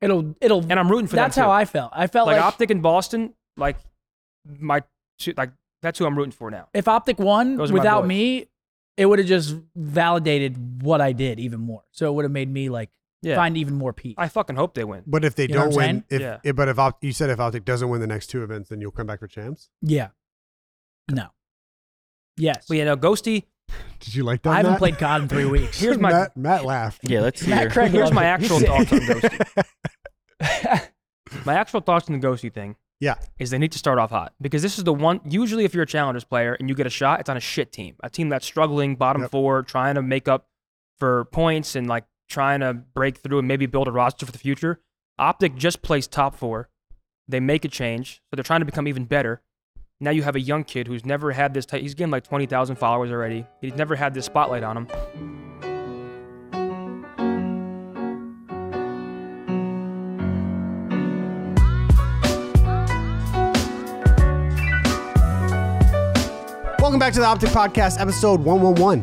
It'll it'll and I'm rooting for that's them. how too. I felt. I felt like, like, Optic in Boston. Like my two- like that's who I'm rooting for now. if Optic won Those are my without boys. me, it would have just validated what I did even more. So it would have made me like Yeah, find even more peace. I fucking hope they win. But if they You know don't what I'm win, if, Yeah. if- but if Opt- you said if Optic doesn't win the next two events, then you'll come back for champs. yeah. No. Yes. But yeah, no, Ghosty. Did you like that? I haven't Matt? played God in three weeks. Here's my Matt, Matt laughed. Yeah, let's hear. Matt Craig here's loves my it. actual thoughts on Ghosty. My actual thoughts on the Ghosty thing Yeah. is they need to start off hot because this is the one. Usually, if you're a challengers player and you get a shot, it's on a shit team, a team that's struggling, bottom Yep. four, trying to make up for points and like trying to break through and maybe build a roster for the future. Optic just placed top four. They make a change, so they're trying to become even better. Now you have a young kid who's never had this. Type, he's getting like twenty thousand followers already. He's never had this spotlight on him. Welcome back to the Optic Podcast, episode one one one.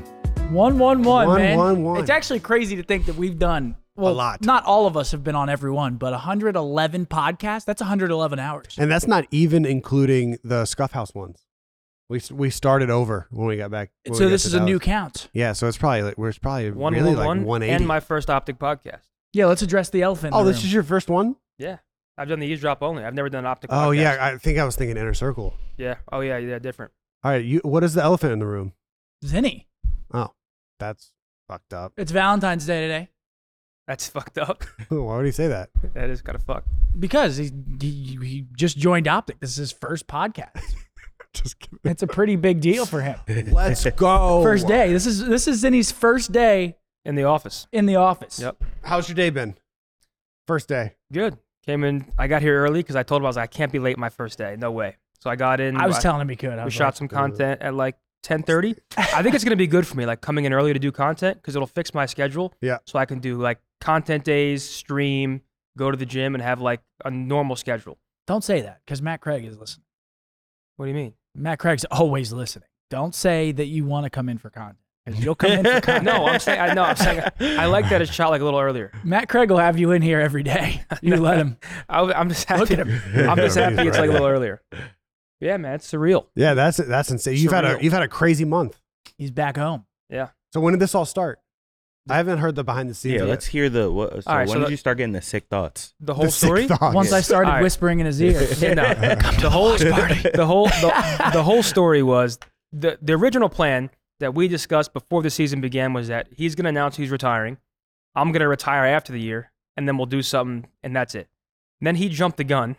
One one one One, man. one, one. It's actually crazy to think that we've done well, lot. Not all of us have been on every one, but 111 podcasts. That's 111 hours. And that's not even including the Scuffhouse ones. We we started over when we got back. when so we got this to is a new Dallas. count. Yeah, so it's probably like we're it's probably One really one like one, 180. and my first Optic podcast. Yeah, let's address the elephant. in oh, the this room. is your first one? Yeah, I've done the eavesdrop only. I've never done an Optic. Oh podcast. yeah, I think I was thinking inner circle. yeah. Oh yeah, yeah, different. All right, you what is the elephant in the room? Zinni. Oh, that's fucked up. It's Valentine's Day today That's fucked up. Why would he say that? that is kind of fucked. because he, he he just joined Optic. This is his first podcast. Just kidding. it's a pretty big deal for him. Let's go. Oh, First day. This is this is Zinni's first day In the office. in the office. Yep. How's your day been? First day. Good. Came in. I got here early because I told him I was like, I can't be late my first day. No way. So I got in. I was I- telling him he could. I We was shot like, some content at like 10:30. I think it's gonna be good for me, like coming in early to do content because it'll fix my schedule. Yeah. So I can do like content days, stream, go to the gym, and have like a normal schedule. Don't say that because Matt Craig is listening. What do you mean? Matt Craig's always listening. Don't say that you want to come in for content because you'll come in for content. No, I'm saying. I know. I'm saying. I like that it shot like a little earlier. Matt Craig will have you in here every day. You let him. I, am just happy. Look at him. I'm just happy it's like a little earlier. Yeah, man, it's surreal. Yeah, that's that's insane. You've had a Surreal. you've had a crazy month. He's back home. Yeah. So when did this all start? I haven't heard the behind the scenes. Yeah, yet. let's hear the. What, so All right, when so did the- you start getting the sick thoughts? The The whole sick story. thoughts. Once I started Oh, All right. whispering in his ear. Yeah, no. the whole the whole the, the whole story was the the original plan that we discussed before the season began was that he's going to announce he's retiring. I'm going to retire after the year, and then we'll do something, and that's it. And then he jumped the gun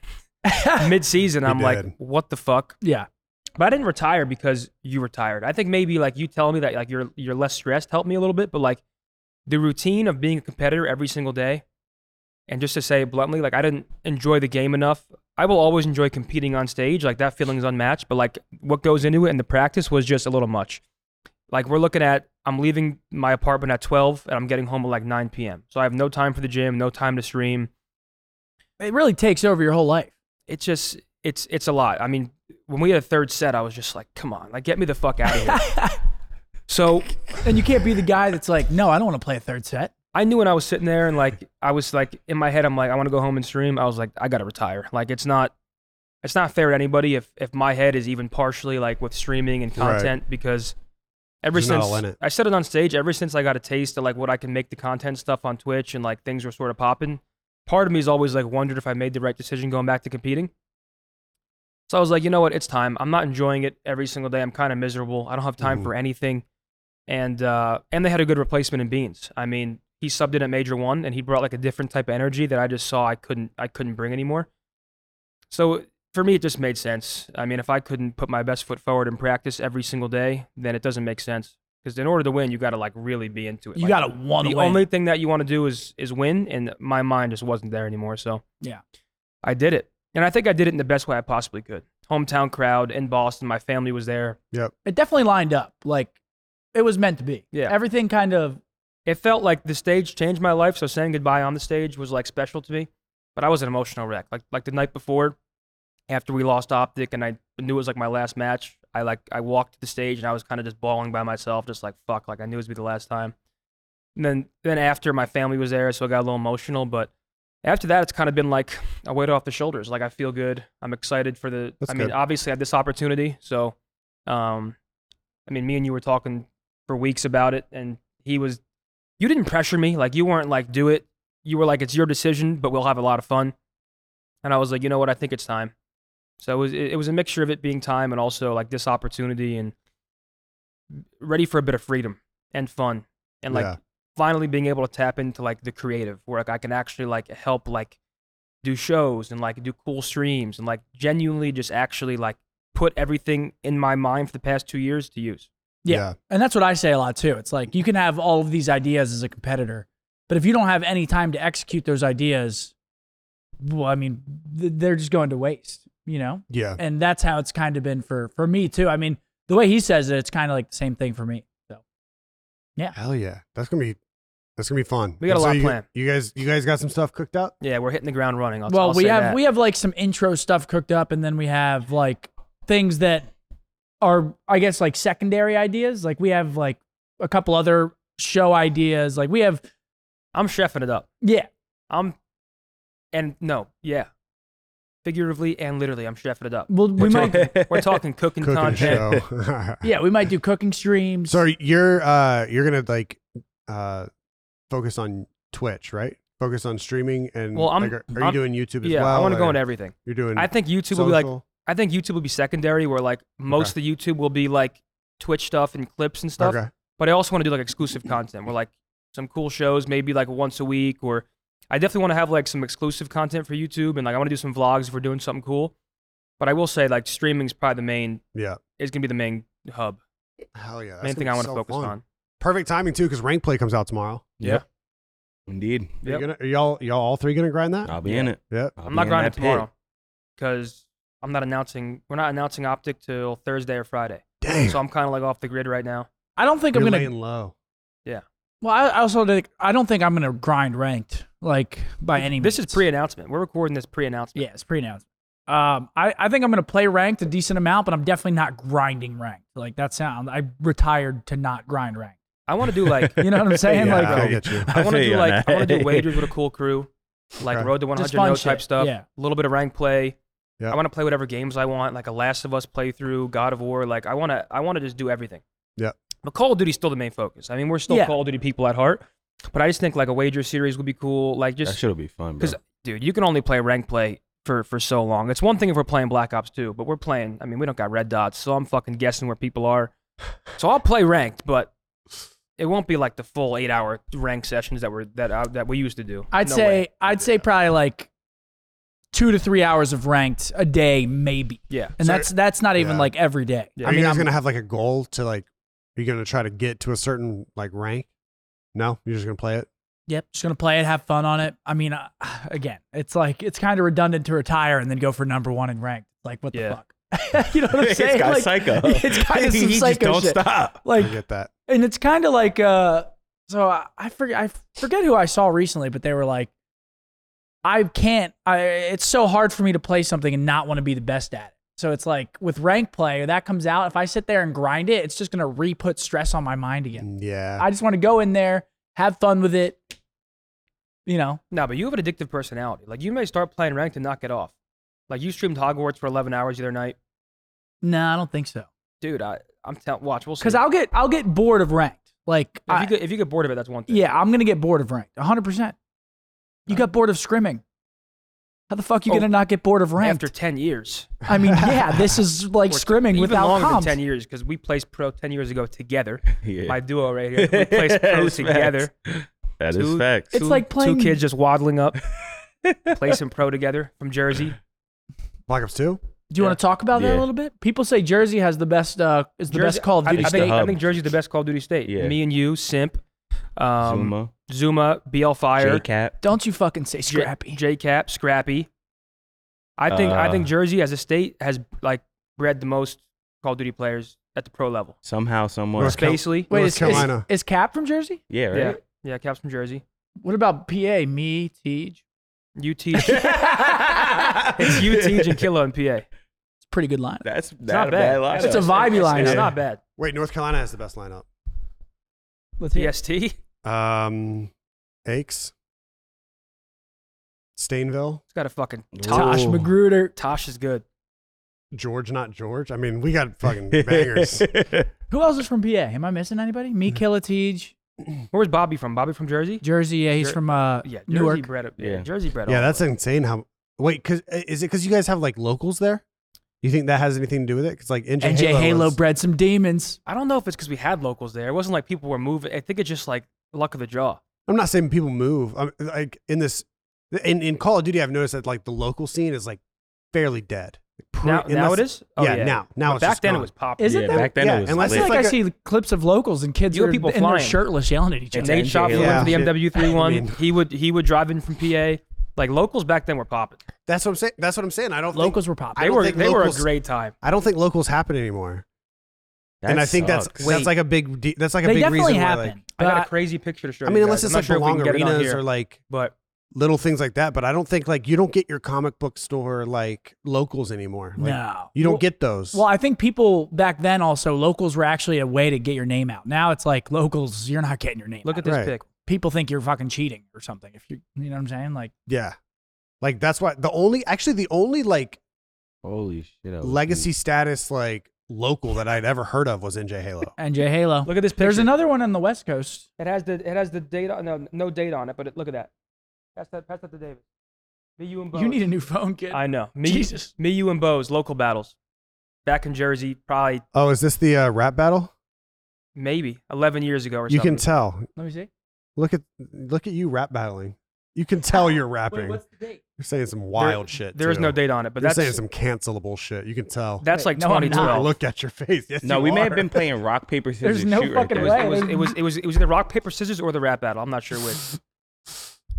mid season. He I'm did. like, what the fuck? yeah. But I didn't retire because you retired. I think maybe like you telling me that like you're you're less stressed helped me a little bit, but like the routine of being a competitor every single day, and just to say it bluntly, like I didn't enjoy the game enough. I will always enjoy competing on stage, like that feeling is unmatched. But like what goes into it and the practice was just a little much. Like we're looking at, I'm leaving my apartment at 12 and I'm getting home at like 9 p.m. So I have no time for the gym, no time to stream It really takes over your whole life. it's just it's it's a lot. I mean, when we had a third set, I was just like, come on, like get me the fuck out of here. so And you can't be the guy that's like, no, I don't want to play a third set. I knew when I was sitting there and like I was like in my head, I'm like, I want to go home and stream. I was like, I gotta retire. Like it's not it's not fair to anybody if if my head is even partially like with streaming and Right. content because ever You're not since all in it. I said it on stage, ever since I got a taste of like what I can make the content stuff on Twitch and like things were sort of popping, part of me has always like wondered if I made the right decision going back to competing. So I was like, you know what, it's time. I'm not enjoying it every single day. I'm kind of miserable. I don't have time Mhm. for anything. And uh, and they had a good replacement in Beans. I mean, he subbed in at Major One, and he brought like a different type of energy that I just saw I couldn't I couldn't bring anymore. So for me, it just made sense. I mean, if I couldn't put my best foot forward in practice every single day, then it doesn't make sense. Because in order to win, you got to like really be into it. You Like, got to want the to win. only thing that you want to do is is win and my mind just wasn't there anymore so Yeah. i did it and i think i did it in the best way i possibly could hometown crowd in boston my family was there it definitely lined up. Like, it was meant to be. Yeah. Everything kind of, it felt like the stage changed my life so saying goodbye on the stage was like special to me but i was an emotional wreck like like the night before after we lost optic and i knew it was like my last match i like i walked to the stage and i was kind of just bawling by myself just like fuck like i knew it would be the last time and then then after my family was there so i got a little emotional but after that, it's kind of been like a weight off the shoulders. Like I feel good. I'm excited for the. That's I mean, good. obviously, I had this opportunity. So, um, I mean, me and you were talking for weeks about it, and he was. You didn't pressure me. Like you weren't like do it. You were like it's your decision, but we'll have a lot of fun. And I was like, you know what? I think it's time. So it was it, it was a mixture of it being time and also like this opportunity and ready for a bit of freedom and fun and like yeah. finally being able to tap into like the creative where like I can actually like help like do shows and like do cool streams and like genuinely just actually like put everything in my mind for the past two years to use. Yeah. And that's what I say a lot too. It's like you can have all of these ideas as a competitor, but if you don't have any time to execute those ideas, well, I mean, th- they're just going to waste, you know? Yeah. And that's how it's kind of been for for me too. I mean, the way he says it, it's kind of like the same thing for me. So Hell yeah. That's gonna be that's gonna be fun. We got a And lot you, planned. You guys you guys got some stuff cooked up? Yeah, we're hitting the ground running. I'll, well, I'll we say have that. we have like some intro stuff cooked up, and then we have like things that are I guess like secondary ideas. Like we have like a couple other show ideas. Like we have I'm chefing it up. yeah. I'm Um, and no, yeah, figuratively and literally, I'm chefing it up. Well, we We're might talking, we're talking cooking, Cooking content. show. yeah we might do cooking streams. So you're uh you're gonna like uh focus on Twitch, right? Focus on streaming and Well, I'm- like, are, are you I'm- doing YouTube as Yeah, well? I want to go or into everything. You're doing I think YouTube social? will be like I think YouTube will be secondary, where like most of the YouTube will be like Twitch stuff and clips and stuff. Okay. But I also want to do like exclusive content, where like some cool shows, maybe like once a week, or I definitely want to have like some exclusive content for YouTube, and like I want to do some vlogs if we're doing something cool. But I will say like streaming's probably the main Yeah. is gonna be the main hub, Hell yeah. That's main thing gonna I want be to so focus fun. on. Perfect timing too, because rank play comes out tomorrow. Indeed. Are, Yep. you gonna, are y'all y'all all three gonna grind that? I'll be in it. Yep. I'll I'm be not in grinding that pit. tomorrow because I'm not announcing. We're not announcing Optic till Thursday or Friday, Dang. so I'm kind of like off the grid right now. I don't think I'm You're gonna. laying low. Well, I I also think I don't think I'm gonna grind ranked like by any. This is means. pre-announcement. We're recording this pre-announcement. Yeah, it's pre announced. Um, I, I think I'm gonna play ranked a decent amount, but I'm definitely not grinding ranked. Like that sound, I retired to not grind ranked. I want to do like You know what I'm saying? Yeah, like um, I get you. I want to feel do you on like I want to that. do wagers with a cool crew, like Okay. road to Just 100 fun no shit, type stuff. yeah. A little bit of rank play. Yeah. I want to play whatever games I want, like a Last of Us playthrough, God of War. Like I want to I want to just do everything. Yeah. But Call of Duty's still the main focus. I mean, we're still Yeah. Call of Duty people at heart. But I just think like a wager series would be cool. Like That just shit'll be fun, bro. 'Cause- dude, you can only play rank play for for so long. It's one thing if we're playing Black Ops 2, but we're playing. I mean, we don't got red dots, so I'm fucking guessing where people are. So I'll play ranked, but it won't be like the full eight hour rank sessions that were that uh, that we used to do. I'd No say way. I'd say probably like two to three hours of ranked a day, maybe. yeah. And So- that's that's not even yeah. like every day. Yeah. I are you mean, guys I'm- gonna have like a goal to like? Are you gonna try to get to a certain like rank? No, you're just gonna play it. yep, just gonna play it, have fun on it. I mean, uh, again, it's like it's kind of redundant to retire and then go for number one in ranked. Like what the Yeah. fuck? you know what I'm saying? it's got Like, psycho. it's kinda some he just psycho don't shit. stop. like I get that. and it's kind of like uh so I, I forget I forget who I saw recently, but they were like, I can't. I it's so hard for me to play something and not want to be the best at it. So it's like with rank play that comes out. If I sit there and grind it, it's just gonna re put stress on my mind again. Mm, Yeah. I just want to go in there, have fun with it. You know, No, but you have an addictive personality. Like you may start playing ranked and not get off. Like you streamed Hogwarts for 11 hours the other night, no, I don't think so. dude. I I'm telling. Watch, we'll see. Because I'll get I'll get bored of ranked. Like if I- you get if you get bored of it, that's one thing. yeah, I'm gonna get bored of ranked. 100. percent You got bored of scrimming. How the fuck you Oh, gonna not get bored of ranked? After 10 years, I mean, yeah, this is like Or t- scrimming even without longer comms. than 10 years because we placed pro 10 years ago together. Yeah. my duo right here. We placed pro That's together. facts. That Two- is facts. It's like playing- two kids just waddling up, placing pro together from Jersey. Black Ops Two. Do you want to talk about that Yeah. a little bit? People say Jersey has the best uh, is the Jersey- best Call of I- Duty I, state. think, I hub. think Jersey's the best Call of Duty state. Yeah. Me and you, Simp, um, Zuma. Zuma, BL Fire, J-Cap. Don't you fucking say J- scrappy. J-Cap, Scrappy. I think I think Uh, Jersey as a state has like bred the most Call of Duty players at the pro level. Somehow, somewhere. North Cal- Spacely, Wait, North is, is, Carolina. is Cap from Jersey? Yeah, yeah, right? yeah, Caps from Jersey. What about PA? Me, Tej. UT, it's UT and Killa in PA. It's a pretty good line. That's It's not not a bad. bad lineup. It's a vibey lineup. It's Yeah. not bad. Wait, North Carolina has the best lineup. Let's hear. it. PST. Um, Aches. Stainville, It's got a fucking Tosh Ooh. Magruder. Tosh is good. George, not George. I mean, we got fucking bangers. Who else is from PA? Am I missing anybody? Me, Mm-hmm. Killatige, Where's Bobby from? Bobby from Jersey? Jersey. Yeah, he's Jer- from uh, Yeah, Jersey Newark. bred. Yeah, Yeah. Jersey bred. yeah, all that's the way. insane. How wait? Cause uh, is it because you guys have like locals there? You think that has anything to do with it? Because like NJ, NJ Halo, Halo was- bred some demons. I don't know if it's because we had locals there. It wasn't like people were moving. I think it's just like luck of the draw. I'm not saying people move. I'm, like in this, in, in Call of Duty, I've noticed that like the local scene is like fairly dead. Pre- Now, now unless- it is. Oh, yeah, yeah, now- now But it's back just then it gone. was popular. Is yeah, it though? back then Yeah, it was unless I feel lit. like, like I a- see clips of locals and kids You who have are people in their flying. shirtless yelling at each And other. they- Nate shot Yeah. for one for the Yeah. MW3 one. I mean- he would he would drive in from PA. Like locals back then were popping. That's what I'm saying. That's what I'm saying. I don't think- Locals were I popping. They don't were think they were a locals- great time. I don't think locals happen anymore, That and I think sucks. that's that's like a big de- that's like a They big reason definitely why. happen. Like, I got but- a crazy picture to show. I you mean, unless guys. I'm it's not like sure the if we can long get it on arenas here, or like but little things like that, but I don't think like you don't get your comic book store like locals anymore. Like, no, you don't Well- get those. Well, I think people back then also locals were actually a way to get your name out. Now it's like locals, you're not getting your name. look out. at this Right. pic. people think you're fucking cheating or something. If you, you know what I'm saying? Like, yeah, like that's why the only actually the only like holy shit. I was legacy status like local that I'd ever heard of was NJ Halo. NJ Halo. Look at this picture. There's another one on the West Coast. It has the it has the date on no no date on it, but it, look at that. Pass that pass that to David. Me, you, and Bose. You need a new phone, kid. I know. Me, Jesus. me, you, and Bose. Local battles. Back in Jersey, probably Oh, is this the uh, rap battle? maybe 11 years ago or You something. can tell. Let me see. Look at look at you rap battling. You can tell you're rapping. the date? You're saying some wild there, shit. There is too. no date on it, but You're saying that's some cancelable shit. You can tell. that's Wait, like no, I'm not. I 2012. looked at your face. Yes, No, you we may have are. been playing rock paper scissors. no shoot fucking right It was, there. way. it was it was it was it was either rock paper scissors or the rap battle. I'm not sure which.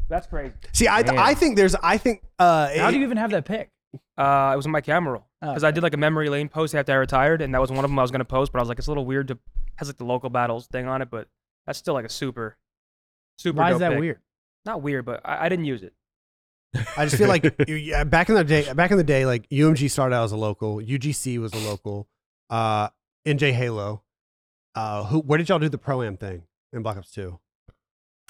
That's crazy. See, I, Man. I think there's I think uh How it- do you even have that pick? Uh, it was on my camera roll because I Oh, Okay. did like a memory lane post after I retired, and that was one of them I was gonna post, but I was like, it's a little weird to has like the local battles thing on it, but that's still like a super, super. Why is dope that pic. weird? Not weird, but I, I didn't use it. I just feel like you, yeah, back in the day, back in the day, like UMG started out as a local, UGC was a local, uh, NJ Halo. Uh, who? Where did y'all do the pro am thing in Black Ops Two?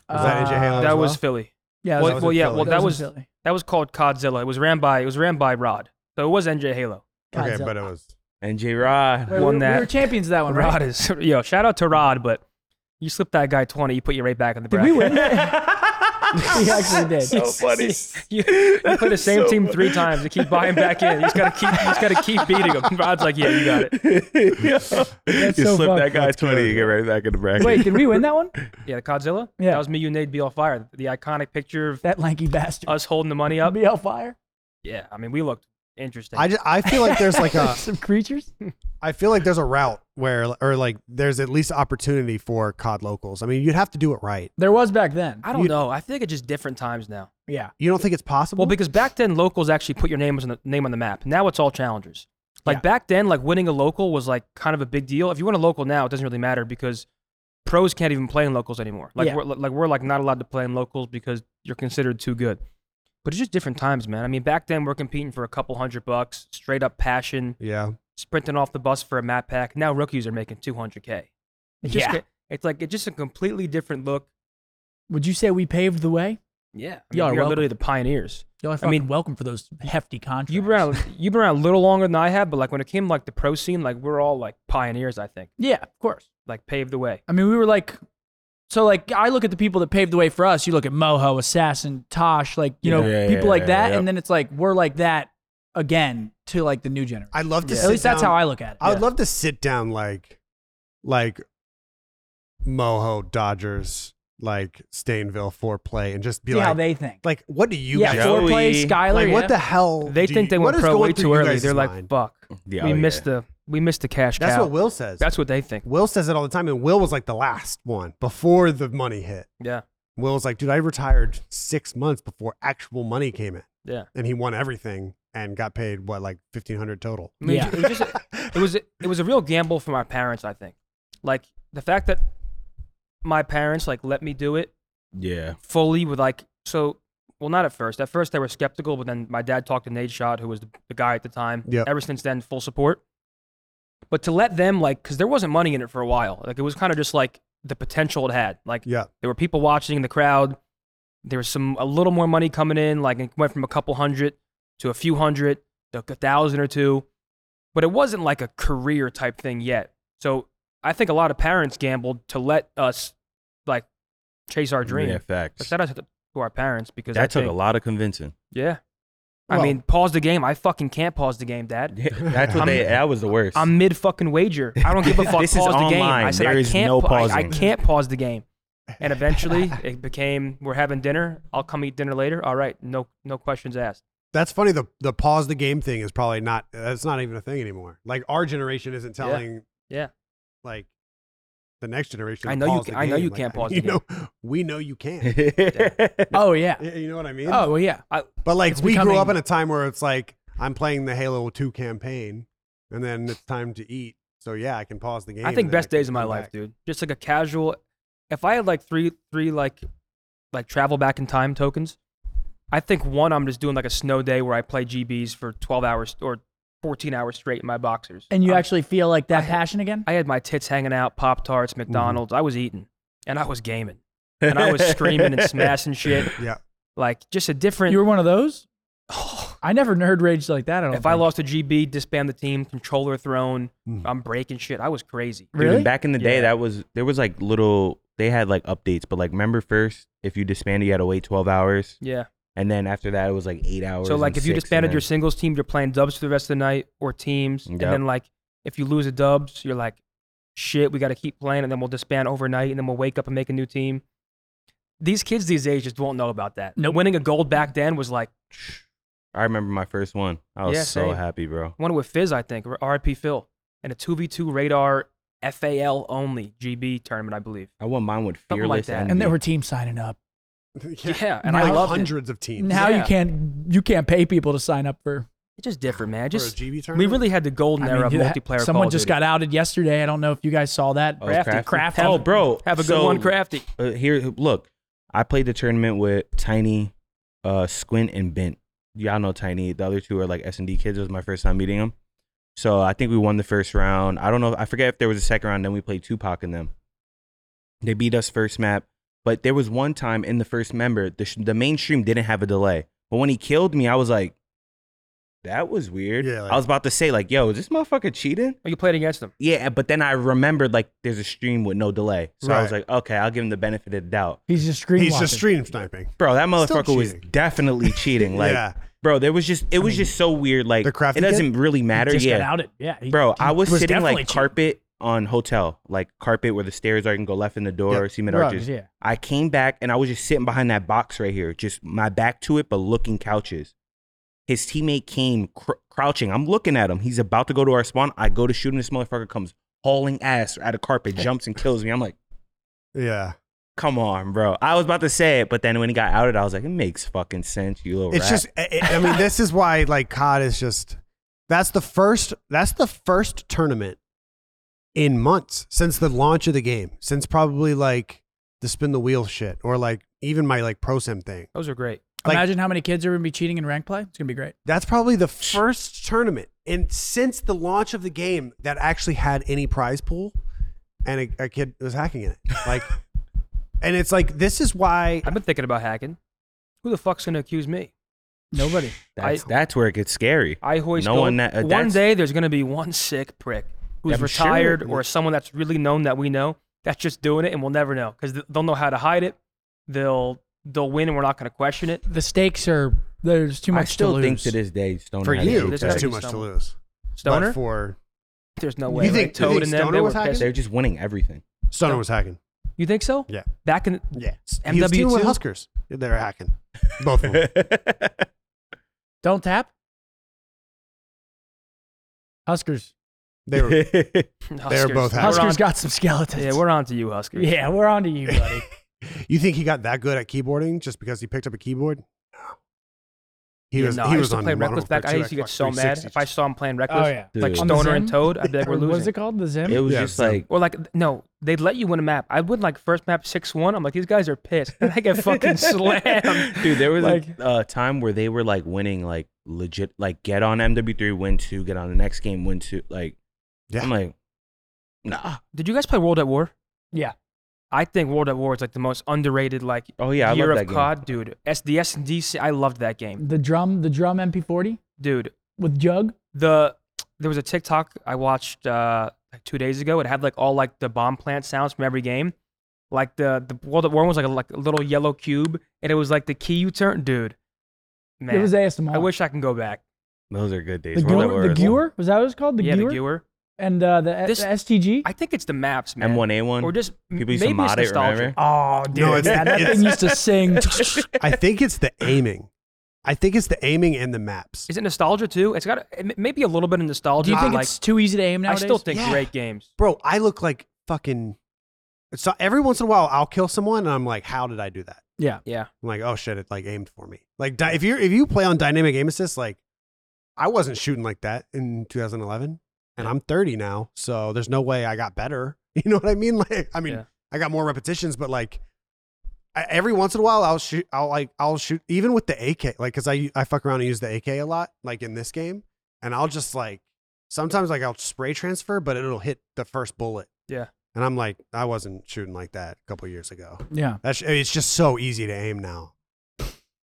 Was that NJ Halo? that as was well? Philly. Uh, Yeah. well, was well, in yeah. Philly. Well, that was in Philly. that was called Codzilla. It was ran by it was ran by Rod, so it was NJ Halo. Okay, Godzilla. but it was And J Rod. Wait, we, won were- that. we were champions of that one, Oh, right? Rod is yo. Shout out to Rod, but you slip that guy twenty, you put you right back in the Did bracket. we win? it? we actually did. So funny. you, you play the same So team three funny. times. You keep buying back in. You just gotta keep. You just gotta keep beating him. Rod's like, yeah, you got it. you so slip fucked. that guy 20, you get right back in the bracket. Wait, did we win that one? Yeah, the Godzilla. Yeah. that was me. You, Nate, BL Fire. The iconic picture of That lanky bastard. us holding the money up. BL Fire. Yeah, I mean, we looked interesting. I just I feel like there's like a some creatures. I feel like there's a route where or like there's at least opportunity for COD locals. I mean, you'd have to do it right. There was back then. I don't you- know. I think it's just different times now. Yeah. You don't think it's possible? Well, because back then locals actually put your name on the name on the map. Now it's all challengers. Like Yeah. back then, like winning a local was like kind of a big deal. If you win a local now, it doesn't really matter because pros can't even play in locals anymore. Like Yeah. we're like we're like not allowed to play in locals because you're considered too good. But it's just different times, man. I mean, back then we're competing for a couple hundred bucks, straight up passion, yeah, sprinting off the bus for a map pack. Now rookies are making 200k. It's just Yeah. ca- it's like it's just a completely different look. Would you say we paved the way? Yeah, I mean, Y'all are we are welcome. literally the pioneers. Y'all are I mean- fucking welcome for those hefty contracts. You've been around, you've been around a little longer than I have, but like when it came to, like the pro scene, like we're all like pioneers. I think Yeah, of course. like paved the way. I mean, we were like, so like I look at the people that paved the way for us. You look at Moho, Assassin, Tosh, like you know Yeah, yeah, people yeah, like yeah, that, yeah. and then it's like we're like that again to like the new generation. I'd love to. Yeah. Sit at least that's down- how I look at it. I would love to sit down like like Moho Dodgers like Stainville foreplay and just be See how like they think. like what do you yeah, guys Joey. foreplay, Skylar. like what yeah. the hell They do think you- they what went is pro going way through too you early. guys' They're like, mind? fuck, Yeah, we oh, missed yeah. the we missed the cash that's cow. what Will says. That's what they think. Will says it all the time and Will was like the last one before the money hit. Yeah, Will was like, dude, I retired 6 months before actual money came in yeah. and he won everything and got paid what like 1500 total. I mean, Yeah. it, was just, it was it was a real gamble for my parents. I think, like the fact that my parents like let me do it Yeah. fully with like so well not at first at first they were skeptical but then my dad talked to nate shot who was the, the guy at the time Yep. ever since then full support but to let them like because there wasn't money in it for a while like it was kind of just like the potential it had like Yeah. there were people watching in the crowd There was some a little more money coming in, like it went from a couple hundred to a few hundred to a thousand or two, but it wasn't like a career type thing yet. So I think a lot of parents gambled to let us like chase our dream. Yeah, But facts. shout out to, to our parents because I That took think- a lot of convincing. Yeah, I Well- mean, pause the game. I fucking can't pause the game, Dad. Yeah, that's what I'm- they. That was the worst. I'm mid fucking wager. I don't give a fuck. This is pause the game. I online. said There I is can't. no pa- I- I, pausing. can't pause the game. And eventually, it became we're having dinner. I'll come eat dinner later. All right, no no questions asked. That's funny. The the pause the game thing is probably not. That's not even a thing anymore. Like our generation isn't Yeah. telling. Yeah. Like the next generation. I to know you pause ca- the I know game. you Like, can't pause the You know, we know you can't. Oh yeah. Y- you know what I mean? Oh well, yeah. but like it's we grew up becoming- in a time where it's like I'm playing the Halo Two campaign, and then it's time to eat. So yeah, I can pause the game. I and think then best can days of my come life, back. dude. Just like a casual. If I had like three three like like travel back in time tokens, I think one I'm just doing like a snow day where I play GBs for 12 hours or 14 hours straight in my boxers. And you Um, I'm- actually feel like that I- passion again? I had my tits hanging out, Pop Mm-hmm. Tarts, McDonald's. I was eating and I was gaming and I was screaming and smashing shit. Yeah. Like just a different. You were one of those? I never nerd raged like that. I don't if I think. lost a GB, disband the team, controller thrown, Mhm. Mm. I'm breaking shit. I was crazy. Dude, and really? back in the day, Yeah. that was there was like little. They had like updates, but like remember first, if you disbanded, you had to wait twelve hours, Yeah. and then after that, it was like eight hours. So like and if you six, and disbanded then- your singles team, you're playing dubs for the rest of the night or teams, and Yep. then like if you lose a dubs, you're like, shit, we got to keep playing, and then we'll disband overnight, and then we'll wake up and make a new team. These kids these days just won't know about that. Nope. Winning a gold back then was like I remember my first one. I was Yeah, so same. happy, bro. one with Fizz, I think, or RIP Phil, and a two v two radar FAL only GB tournament, I believe. I won mine with Something fearless like that. and Envy. there were teams signing up. Yeah, and Now I you- loved it. hundreds of teams Now you Yeah. can't you can't pay people to sign up for. It's just different, man. for a Just GB tournament. we really had the golden I era mean, of you ha- multiplayer. Someone just got outed yesterday. I don't know if you guys saw that. Oh, Crafty, Crafty. Oh, bro, have a good so, one, crafty. uh, here, look, I played the tournament with Tiny, uh, Squint, and Bent. Y'all know Tiny. The other two are like S and D kids. It was my first time meeting them. So I think we won the first round. I don't know. I forget if there was a second round. Then we played Tupac and them. They beat us first map. But there was one time in the first member, the, sh- the main stream didn't have a delay. But when he killed me, I was like, that was weird. Yeah, like- I was about to say, like, yo, is this motherfucker cheating? Oh, you played against them. Yeah, but then I remembered like there's a stream with no delay. So I was Right. like, okay, I'll give him the benefit of the doubt. He's just screen. He's watching. just stream sniping. Bro, that Still motherfucker was cheating. definitely cheating. Like, yeah. bro, there was just it was just so weird. Like, The crafty it doesn't really He matter. just got Yeah, outed. Yeah, he- bro, he I was, sitting definitely like cheating. carpet on hotel, like carpet where the stairs are. You can go left in the door Yeah. or cement Rugs, arches. Yeah, I came back and I was just sitting behind that box right here, just my back to it, but looking couches. His teammate came cr- crouching. I'm looking at him. He's about to go to our spawn. I go to shoot him. This motherfucker comes hauling ass out of carpet, jumps and kills me. I'm like, Yeah. come on, bro. I was about to say it, but then when he got outed, I was like, it makes fucking sense, you little It's rat. just, I I- I mean, this is why like COD is just, that's the first, that's the first tournament in months since the launch of the game, since probably like the spin the wheel shit or like even my like pro sim thing. Those are great. Like- Imagine how many kids are gonna be cheating in rank play. It's gonna be great. That's probably the first tournament and since the launch of the game that actually had any prize pool and a, a kid was hacking in it. Like, and it's like, this is why I've been thinking about hacking. Who the fuck's gonna accuse me? Nobody. that's, that's where it gets scary. I hoist. No gold. one that- uh, one that's- day there's gonna be one sick prick who's I'm sure. retired or someone that's really known that we know that's just doing it, and we'll never know because they'll know how to hide it. They'll they'll win, and we're not gonna question it. The stakes are there's too much I still to lose. think to this day, Stone for had a you, good there's there's gotta tag. too be much to someone. lose. Stoner, But for there's no You way. right? think- you Toad think and them, Stoner they was were hacking? pissed. They're just winning everything. Stoner was hacking. You think so? Yeah. Back in Yeah. He MW2? was teaming with Huskers. They're hacking. Both of them. Don't tap. Huskers. They were Huskers. both We're hacking. Huskers on- got some skeletons. Yeah, we're on to you, Huskers. yeah, we're on to you, buddy. You think he got that good at keyboarding just because he picked up a keyboard? He Yeah, was. no, he I was used to on play Modern Reckless back. I Warfare used to 2 get so Xbox mad 360. if I saw him playing Reckless, Oh, yeah. like Dude. On the Stoner and Zim? Toad. I'd be like, we're What was losing. it called? The Zim? It was Yeah, just so- like Or like, no, they'd let you win a map. I would like first map six one. I'm like, these guys are pissed. And I get fucking slammed. Dude, there was like, a uh, time where they were like winning, like legit, like get on MW3, win two, get on the next game, win two. Like, Yeah. I'm like, nah. did you guys play World at War? Yeah. I think World at War is like the most underrated like Oh yeah, I year love of that game. COD, dude. S the S and D C I loved that game. The drum, the drum MP40 Dude, with Jug. the there was a TikTok I watched uh like two days ago. It had like all like the bomb plant sounds from every game. Like the the World at War was like a like a little yellow cube and it was like the key you turn dude. Man, It was ASMR. I wish I can go back. Those are good days. the World at Gewer, the War Gewer was that what it was called? The yeah, Gewer the Gewer. and uh, the, This- the STG. I think it's the maps, man. M1A1. Or just m- People used to maybe mod it's it, nostalgia. remember? oh, dude, No, it's- yeah, that it's- thing used to sing. I think it's the aiming. I think it's the aiming and the maps. Is it nostalgia too? It's got it may- maybe a little bit of nostalgia. Do you but, think like, it's too easy to aim nowadays? I still think Yeah. great games. Bro, I look like fucking. So every once in a while, I'll kill someone, and I'm like, "How did I do that?" yeah. Yeah. I'm like, "Oh shit, it like aimed for me." Like di- if you if you play on dynamic aim assist, like I wasn't shooting like that in 2011, and I'm 30 now, so there's no way I got better. You know what I mean? Like, I mean, Yeah. I got more repetitions, but like I, every once in a while, I'll shoot. I'll like I'll shoot even with the AK, like because I I fuck around and use the AK a lot, like in this game, and I'll just like sometimes like I'll spray transfer, but it'll hit the first bullet. Yeah. And I'm like, I wasn't shooting like that a couple years ago. Yeah. That's I mean, it's just so easy to aim now.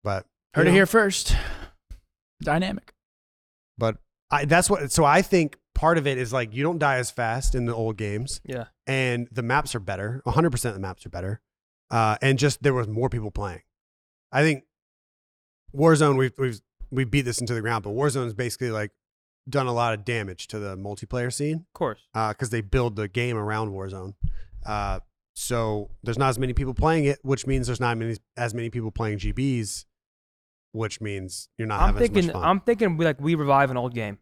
But Heard you it know, here first. Dynamic. But I, that's what. So I think part of it is like you don't die as fast in the old games, Yeah. and the maps are better. 100 percent the maps are better, uh, and just there was more people playing. I think Warzone we've we've we beat this into the ground, but Warzone's basically like done a lot of damage to the multiplayer scene. Of course. because uh, they build the game around Warzone. Uh, so there's not as many people playing it, which means there's not many, as many people playing GBs, which means you're not I'm having as thinking much fun. I'm thinking we like we revive an old game.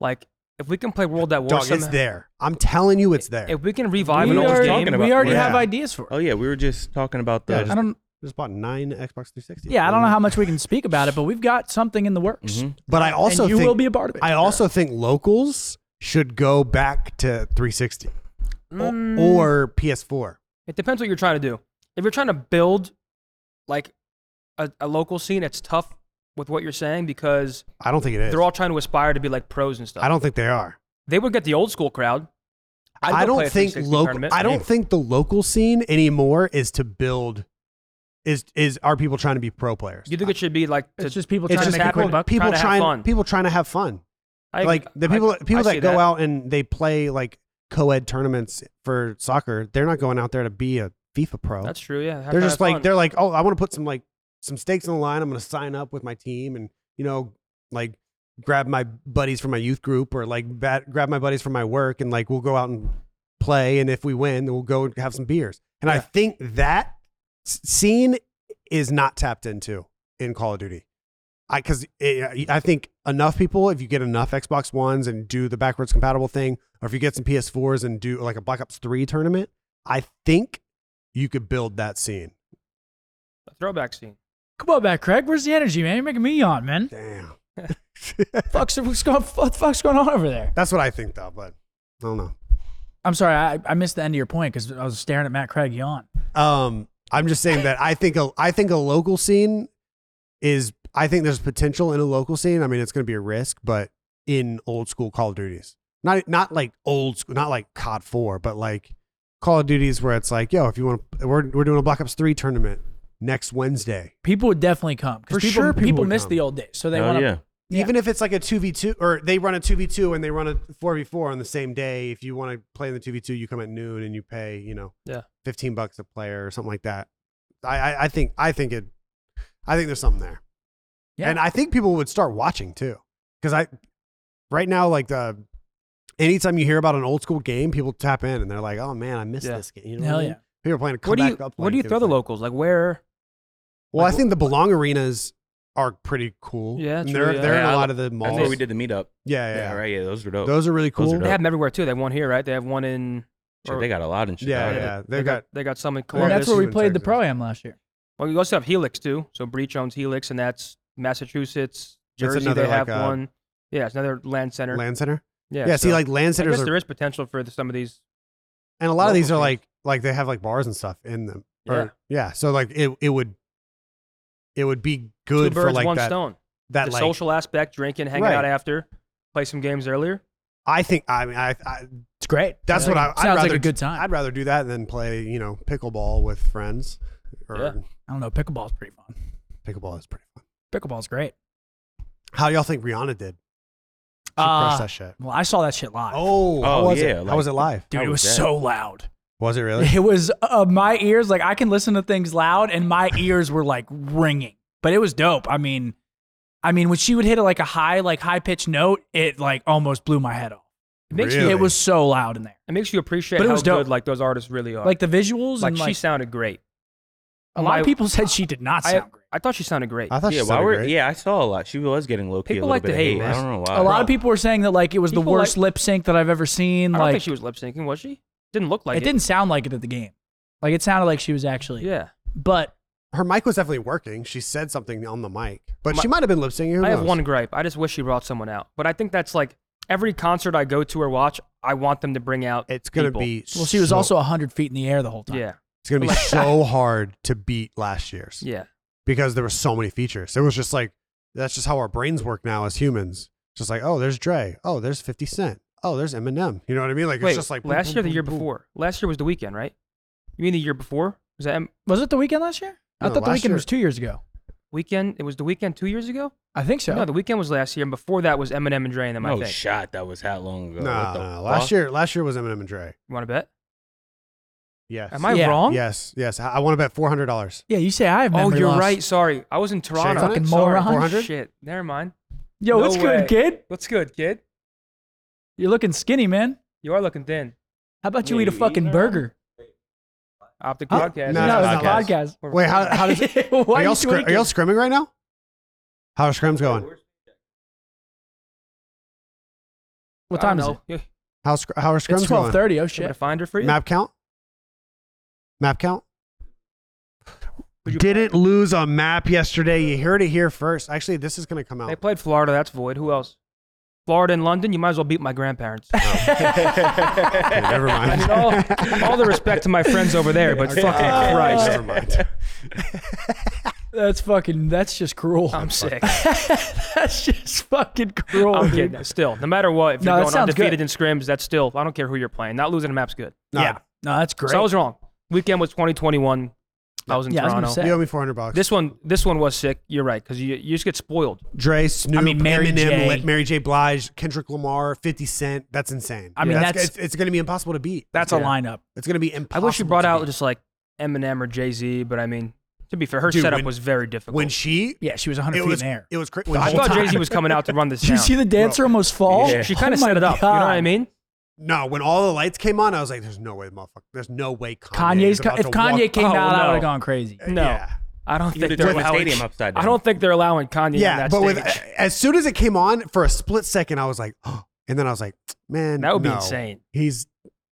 Like if we can play World at War Dog, it's somehow- there. I'm telling you, it's there. if we can revive an we old already, game. talking about- we already Yeah. have ideas for Oh it. yeah, we were just talking about the. Yeah, I don't. just bought nine Xbox 360. Yeah, I don't know how much we can speak about it, but we've got something in the works. Mhm. But I also and you think will be a part of it. I also think locals should go back to 360 o- Mm, or PS4. it depends what you're trying to do. If you're trying to build like a, a local scene, it's tough with what you're saying because I don't think it is. they're all trying to aspire to be like pros and stuff. I don't think they are. they would get the old school crowd. I'd go I play don't a think 360 local. tournament. I don't think the local scene anymore is to build. Is is are people trying to be pro players? You think it should be like to, it's just people it's trying to just make a people, quick buck. people Trying to have trying, fun. people trying to have fun. I- like the I- people people I that see go out and they play like co-ed tournaments for soccer. They're not going out there to be a FIFA pro. That's true. Yeah, have fun, they're just have like fun. they're like, oh, I want to put some like some stakes on the line. I'm going to sign up with my team and you know like grab my buddies from my youth group or like bat, grab my buddies from my work and like we'll go out and play and if we win, we'll go and have some beers. And I Yeah. think that s- scene is not tapped into in Call of Duty. I because I think enough people, if you get enough Xbox Ones and do the backwards compatible thing, or if you get some PS4s and do like a Black Ops Three tournament, I think you could build that scene. A throwback scene. Come on back, Craig. Where's the energy, man? You're making me yawn, man. Damn, Fuck's what's going, what the fuck's going on over there? that's what I think though. But I don't know. I'm sorry, I, I missed the end of your point because I was staring at Matt Craig yawn. Um, I'm just saying that I think a I think a local scene is I think there's potential in a local scene. I mean, it's going to be a risk, but in old school Call of Duties, not not like old school, not like COD Four, but like Call of Duties where it's like, yo, if you want, to, we're we're doing a Black Ops Three tournament next Wednesday, People would definitely come For because people, sure people people, would miss come. the old days, so they Hell want to. Oh, yeah. Yeah. even if it's like a two v two or they run a two v two and they run a four v four on the same day. If you want to play in the two v two, you come at noon and you pay, you know, Yeah. fifteen bucks a player or something like that. I I, I think I think it, I think there's something there. Yeah. And I think people would start watching too. Cause I, right now, like the, anytime you hear about an old school game, people tap in and they're like, oh man, I missed Yeah. this game. You know Hell what I mean? yeah. People are playing a What do comeback you up. what do you throw the locals? Like where? Well, I like, think the belong arenas are pretty cool. Yeah, And true, they're, yeah. they're in Yeah, a I lot lo- of the That's malls. where we did the meetup. Yeah, Yeah, yeah. right. Yeah, those were dope. Those are really Those are cool. dope. They have them everywhere too. They have one here, right? They have one in. Shit, or- they got a lot in yeah, Chicago. yeah. They've got, they got some in And Columbus. that's where we Columbus, played the Texas. pro am last year. well, you also have Helix too. So Breach owns Helix, and that's Massachusetts, That's Jersey. another, they have like, uh, one. Yeah, it's another land center. land center. yeah, Yeah. see, so like land I guess centers are, there is potential for the, some of these. and a lot of these are local like, things. like they have like bars and stuff in them. Yeah, Or, yeah. So like it, it would, it would be two good birds, for like one that, stone. that the like, social aspect, drinking, hanging Right. out after, play some games earlier. I think I mean I, I It's great. That's what I- I'd Sounds like rather a good time. I'd rather do that than play, you know, pickleball with friends. Or Yeah. I don't know. Pickleball's pretty fun. pickleball is pretty fun. Pickleball's great. How y'all think Rihanna did? She Uh, crushed that shit. Well, I saw that shit live. Oh, how Oh, was yeah, it? like- how was it live? dude, how it was was that? so loud. Was it really? It was uh, my ears. Like I can listen to things loud, and my ears were like ringing. But it was dope. I mean, I mean, when she would hit like a high, like high pitched note, it like almost blew my head off. It makes Really? you It was so loud in there. it makes you appreciate But it how was dope. good like those artists really are. Like the visuals Like, and like she sounded great. a lot of my- people said she did not I, sound great. I thought she sounded great. I thought yeah, she why sounded were, great. yeah, I saw a lot. She was getting low key a People little like to bit of hate, hate. I man. don't know why. A lot of people were saying that like it was the People worst like- lip sync that I've ever seen. I don't Like think she was lip syncing, was she? Didn't look like it it. didn't sound like it at the game. Like it sounded like she was actually. Yeah. But Her mic was definitely working. She said something on the mic, but My- she might have been lip syncing. Who I have knows? one gripe. I just wish she brought someone out. But I think that's like every concert I go to or watch, I want them to bring out. It's gonna people. be. well, she was so- also also hundred feet in the air the whole time. Yeah. It's gonna be so hard to beat last year's Yeah. because there were so many features. It was just like that's just how our brains work now as humans. Just like oh, there's Dre. Oh, there's Fifty Cent. Oh, there's Eminem. You know what I mean? Like Wait, it's just like boom, last boom, year, or the boom, year boom. before. Last year was the weekend, right? You mean the year before? Was that M- Was it the weekend last year? I No, thought the last weekend year- was two years ago. weekend? It was the weekend two years ago. I think so. No, the weekend was last year, and before that was Eminem and Dre and them. I No think. shot. That was how long ago? Nah, What the nah, last fuck? year, last year was Eminem and Dre. You want to bet? Yes. Am I Yeah. wrong? Yes, yes. I, I want to bet four hundred dollars. yeah, you say I have Oh, memory you're loss. right. Sorry, I was in Toronto. on it? Sorry. Moron. 400? Shit. Never mind. Yo, No what's good, way. kid? What's good, kid? You're looking skinny, man. You are looking thin. How about you Yeah, eat a you fucking eating burger? Optic Huh? podcast. No, no, it's it's a not podcast. We're- Wait, how, how does it? Why are, are y'all you scrim- are tweaking? y'all scrimming right now? How are scrims going? What I time don't is it? know. Yeah, How, sc- how are It's scrims twelve going? thirty. Oh You want me to shit. find her for you? Map count? Map count? Would you- Didn't lose a map yesterday. You heard it here first. Actually, this is going to come They out. played Florida. That's void. Who else? Florida and London. You might as well beat my grandparents. Okay, never I mind. mean, all, all the respect to my friends over there, but Okay. fucking Ah. Christ, Never mind. That's fucking. That's just cruel. I'm sick. that's just fucking cruel. oh. I'm dude. kidding. Still, no matter what, if No, you're that going sounds undefeated good. in scrims, that's still. I don't care who you're playing. Not losing a map's good. No, Yeah. No, that's great. So I was wrong. Weekend was 2021. I was in Yeah, I was gonna Toronto. say. You owe me 400 bucks. this one, this one was sick. You're right, because you, you just get spoiled. Dre, Snoop, mean, Mary Eminem, J. Le- Mary J. Blige, Kendrick Lamar, 50 Cent. That's insane. I mean, That's- that's- it's, going to be impossible to beat. that's a Yeah. lineup. It's going to be impossible. I wish you brought to out beat. just like Eminem or Jay Z, but I mean, to be fair, her Dude, setup when- was very difficult. when she. Yeah, she was 100 It feet was. in the air. It was. cra- when I she- thought Jay Z was coming out to run this Did you down. see the dancer almost fall? Yeah. she kind of Oh my set it up. You know what I God. mean? No, when all the lights came on, I was like, "There's no way, motherfucker. There's no way." Kanye's. Kanye's about If to Kanye walk- came Oh, out, I no. would have gone crazy. No. Uh, Yeah. I don't You'd think have they're turned the allowing. stadium upside down. I don't think they're allowing Kanye. Yeah, on that but stage. with as soon as it came on for a split second, I was like, oh, and then I was like, man, That would be no. insane. He's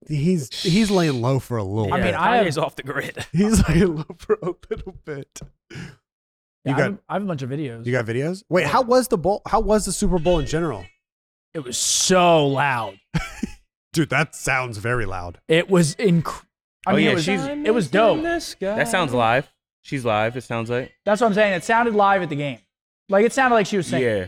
he's he's laying low for a little. I bit. mean, I have- Kanye's off the grid. he's laying low for a little bit. Yeah, You I, got- have, I have a bunch of videos. You got videos? Wait, how was the bowl? How was the Super Bowl in general? it was so loud. Dude, that sounds very loud. It was inc. I Oh, mean, yeah, it was she's- it was dope. That sounds live. She's live. It sounds like. That's what I'm saying. It sounded live at the game. Like it sounded like she was saying. Yeah.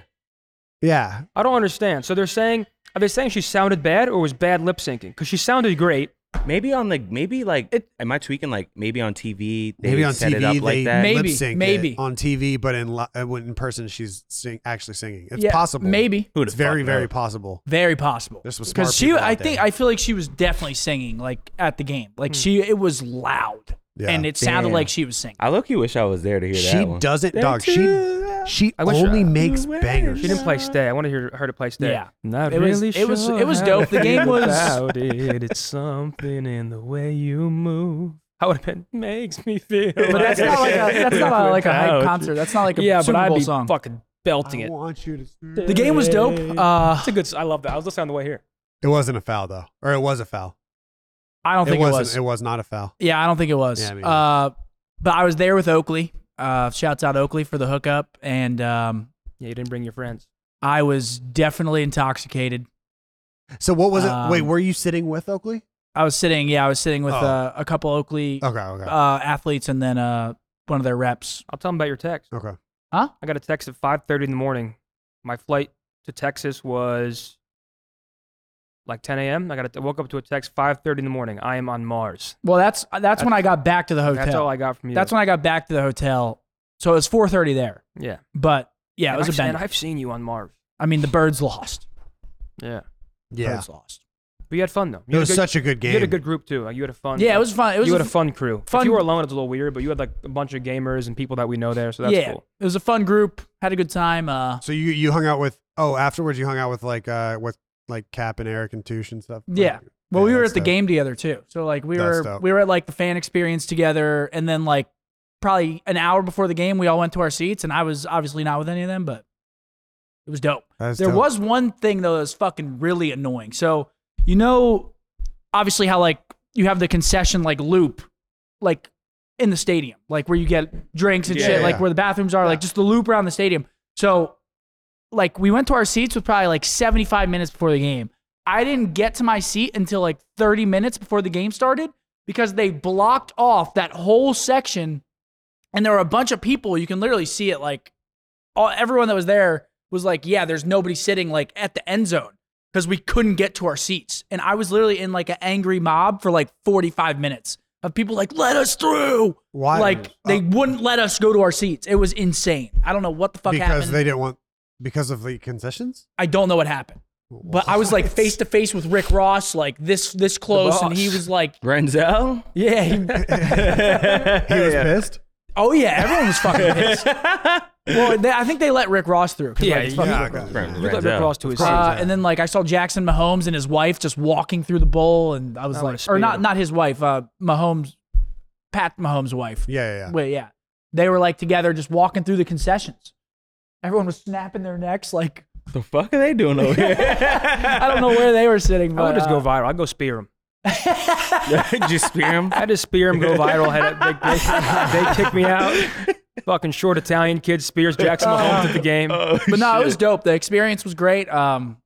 Yeah, I don't understand. So they're saying, are they saying she sounded bad or was bad lip syncing? Because she sounded great. Maybe on like maybe like It- am I tweaking? Like maybe on TV they maybe on set TV it up they like that. Maybe, lip-sync it maybe. on TV, but in li- uh, when in person she's sing- actually singing. It's Yeah, possible. Maybe. Who the it's very fuck very knows? possible. Very possible. There's some smart Because she, people out I think, there. I feel like she was definitely singing like at the game. Hmm. Like she, it was loud, Yeah. and it sounded Damn. like she was singing. I look. You wish I was there to hear She that one. doesn't, dog. She she I wish only I- makes bangers. She didn't play Stay. I want to hear her to play Stay. Yeah. Not It was- really it was- sure it was how dope. The I game feel was- about it. It's something in the way you move. How would have been makes me feel. But that's not like a, that's not a, like a without hype you. concert. That's not like a yeah, Super but I'd Bowl be song. fucking belting it. want you to. The game was dope. Uh, It's a good. s- I love that. I was listening on the way here. It wasn't a foul though, or it was a foul. I don't it think it wasn't. was. It was not a foul. Yeah, I don't think it was. Yeah, me uh, neither. but I was there with Oakley. Uh, shouts out Oakley for the hookup, and um, Yeah, you didn't bring your friends. I was definitely intoxicated. So what was it? Wait, Um, were you sitting with Oakley? I was sitting. Yeah, I was sitting with Oh. uh, a couple Oakley Okay, okay, uh, athletes, and then uh, one of their reps. I'll tell them about your text. okay. I got a text at 5:30 in the morning. My flight to Texas was like 10 a.m. I got a, woke up to a text 5:30 in the morning. I am on Mars. Well, that's uh, that's, when I got back to the hotel. That's all I got from you. That's when I got back to the hotel. So it was 4:30 there, yeah. but yeah, it And was I've a seen- bend. I've seen you on Mars. I mean, the birds lost. Yeah. Yeah, Birds lost. But you had fun though. it You was had a good, such a good You game. had a good group too. Like you had a fun. Yeah, like, it was fun. It was you had a a fun crew. If fun- you were alone, it's a little weird, but you had like a bunch of gamers and people that we know there, so that's yeah, cool. it was a fun group. Had a good time. Uh, So you you hung out with oh afterwards you hung out with like uh with like Cap and Eric and Touche and stuff. Yeah. well, Yeah, we were that's at the dope. game together too. So like we That's were dope. we were at like the fan experience together, and then like probably an hour before the game, we all went to our seats, and I was obviously not with any of them, but it was dope. That's there dope. was one thing though that was fucking really annoying. So you know, obviously how like you have the concession like loop, like in the stadium, like where you get drinks and Yeah, shit, yeah, like yeah. where the bathrooms are, like just the loop around the stadium. So like we went to our seats with probably like 75 minutes before the game. I didn't get to my seat until like 30 minutes before the game started because they blocked off that whole section and there were a bunch of people you can literally see it like all everyone that was there was like yeah there's nobody sitting like at the end zone because we couldn't get to our seats and i was literally in like an angry mob for like 45 minutes of people like let us through Why? like they wouldn't let us go to our seats it was insane i don't know what the fuck because happened they didn't want because of the concessions. i don't know what happened but i was like face to face with rick ross like this this close and he boss. was like Renzel? yeah he- he was pissed. oh yeah everyone was fucking pissed well they, i think they let rick ross through 'cause, Yeah, like, it's you- fucking- Yeah, I got it. Brent You let Renzel. Rick Ross to his seat. Uh, and then like I saw Jackson Mahomes and his wife just walking through the bowl, and I was I wanna like, spear or not, them. not his wife, uh, Mahomes, Pat Mahomes' wife. Yeah, yeah, yeah. Wait, yeah, they were like together, just walking through the concessions. Everyone was snapping their necks, like The fuck are they doing over here? I don't know where they were sitting. But, I would just uh, go viral. I'd go spear him. Just spear him. I just spear him, go viral. Had it, they, they, they kick me out. Fucking short Italian kid spears Jackson Oh. Mahomes at the game. Oh, but no, it was dope. The experience was great. Um,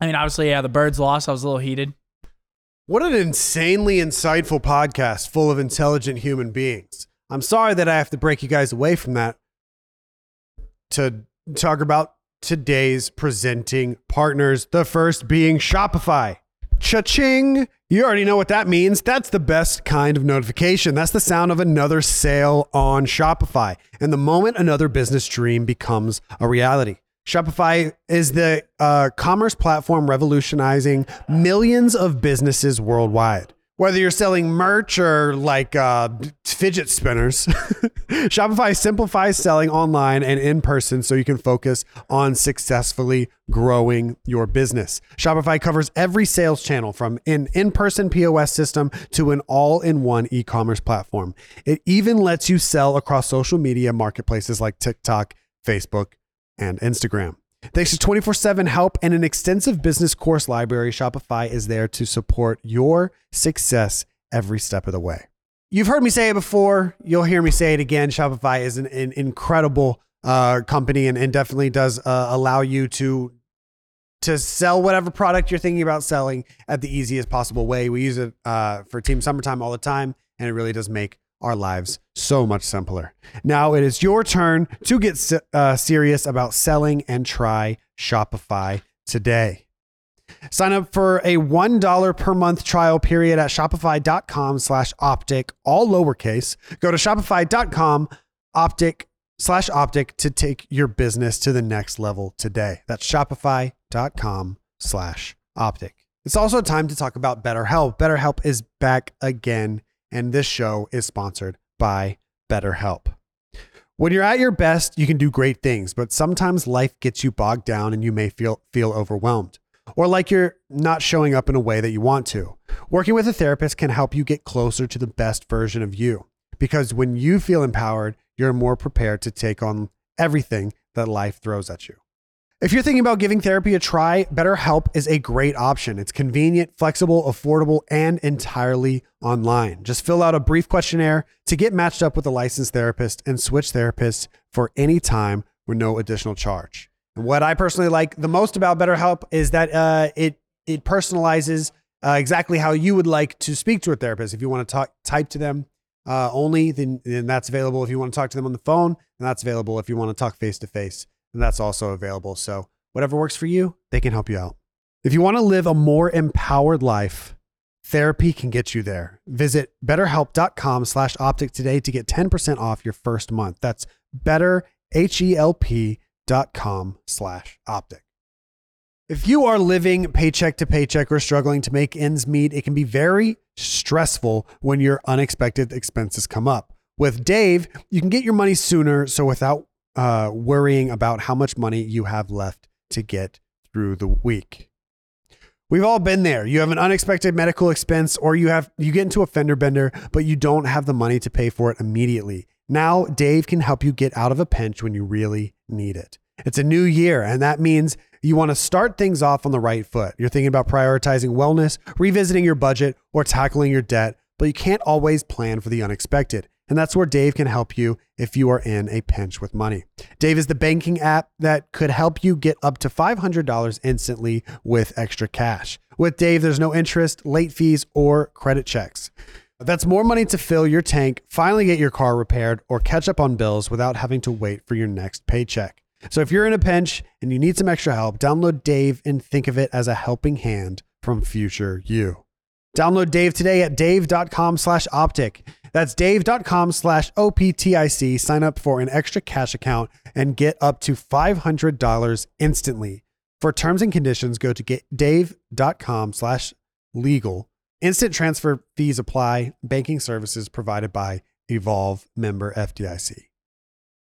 I mean, obviously, yeah, the birds lost. I was a little heated. What an insanely insightful podcast full of intelligent human beings. I'm sorry that I have to break you guys away from that to talk about today's presenting partners. The first being Shopify. Cha-ching! You already know what that means. That's the best kind of notification. That's the sound of another sale on Shopify. And the moment another business dream becomes a reality. Shopify is the uh, commerce platform revolutionizing millions of businesses worldwide. Whether you're selling merch or like uh, fidget spinners, Shopify simplifies selling online and in person so you can focus on successfully growing your business. Shopify covers every sales channel from an in person POS system to an all in one e commerce platform. It even lets you sell across social media marketplaces like TikTok, Facebook, and Instagram. Thanks to 24 7 help and an extensive business course library, Shopify is there to support your success every step of the way. You've heard me say it before. You'll hear me say it again. Shopify is an, an incredible uh, company and, and definitely does uh, allow you to to sell whatever product you're thinking about selling at the easiest possible way. We use it uh, for Team Summertime all the time, and it really does make our lives so much simpler. Now it is your turn to get se- uh, serious about selling and try Shopify today. Sign up for a $1 per month trial period at shopify.com slash optic, all lowercase. Go to shopify.com optic slash optic to take your business to the next level today. That's shopify.com slash optic. It's also time to talk about BetterHelp. BetterHelp is back again, and this show is sponsored by BetterHelp. When you're at your best, you can do great things, but sometimes life gets you bogged down and you may feel, feel overwhelmed or like you're not showing up in a way that you want to. Working with a therapist can help you get closer to the best version of you because when you feel empowered, you're more prepared to take on everything that life throws at you. If you're thinking about giving therapy a try, BetterHelp is a great option. It's convenient, flexible, affordable, and entirely online. Just fill out a brief questionnaire to get matched up with a licensed therapist and switch therapists for any time with no additional charge. And what I personally like the most about BetterHelp is that uh, it it personalizes uh, exactly how you would like to speak to a therapist. If you want to talk, type to them uh, only, then, then that's available. If you want to talk to them on the phone, then that's available. If you want to talk face to face, then that's also available. So whatever works for you, they can help you out. If you want to live a more empowered life, therapy can get you there. Visit betterhelp.com slash optic today to get 10% off your first month. That's E betterhelp.com slash optic. If you are living paycheck to paycheck or struggling to make ends meet, it can be very stressful when your unexpected expenses come up. With Dave, you can get your money sooner, so without uh, worrying about how much money you have left to get through the week. We've all been there. You have an unexpected medical expense or you have you get into a fender bender, but you don't have the money to pay for it immediately. Now, Dave can help you get out of a pinch when you really need it. It's a new year and that means you want to start things off on the right foot. You're thinking about prioritizing wellness, revisiting your budget, or tackling your debt, but you can't always plan for the unexpected. And that's where Dave can help you if you are in a pinch with money. Dave is the banking app that could help you get up to $500 instantly with extra cash. With Dave, there's no interest, late fees, or credit checks. That's more money to fill your tank, finally get your car repaired, or catch up on bills without having to wait for your next paycheck. So if you're in a pinch and you need some extra help, download Dave and think of it as a helping hand from future you. Download Dave today at dave.com slash optic. That's dave.com slash OPTIC. Sign up for an extra cash account and get up to $500 instantly. For terms and conditions, go to get dave.com slash legal. Instant transfer fees apply. Banking services provided by Evolve member FDIC.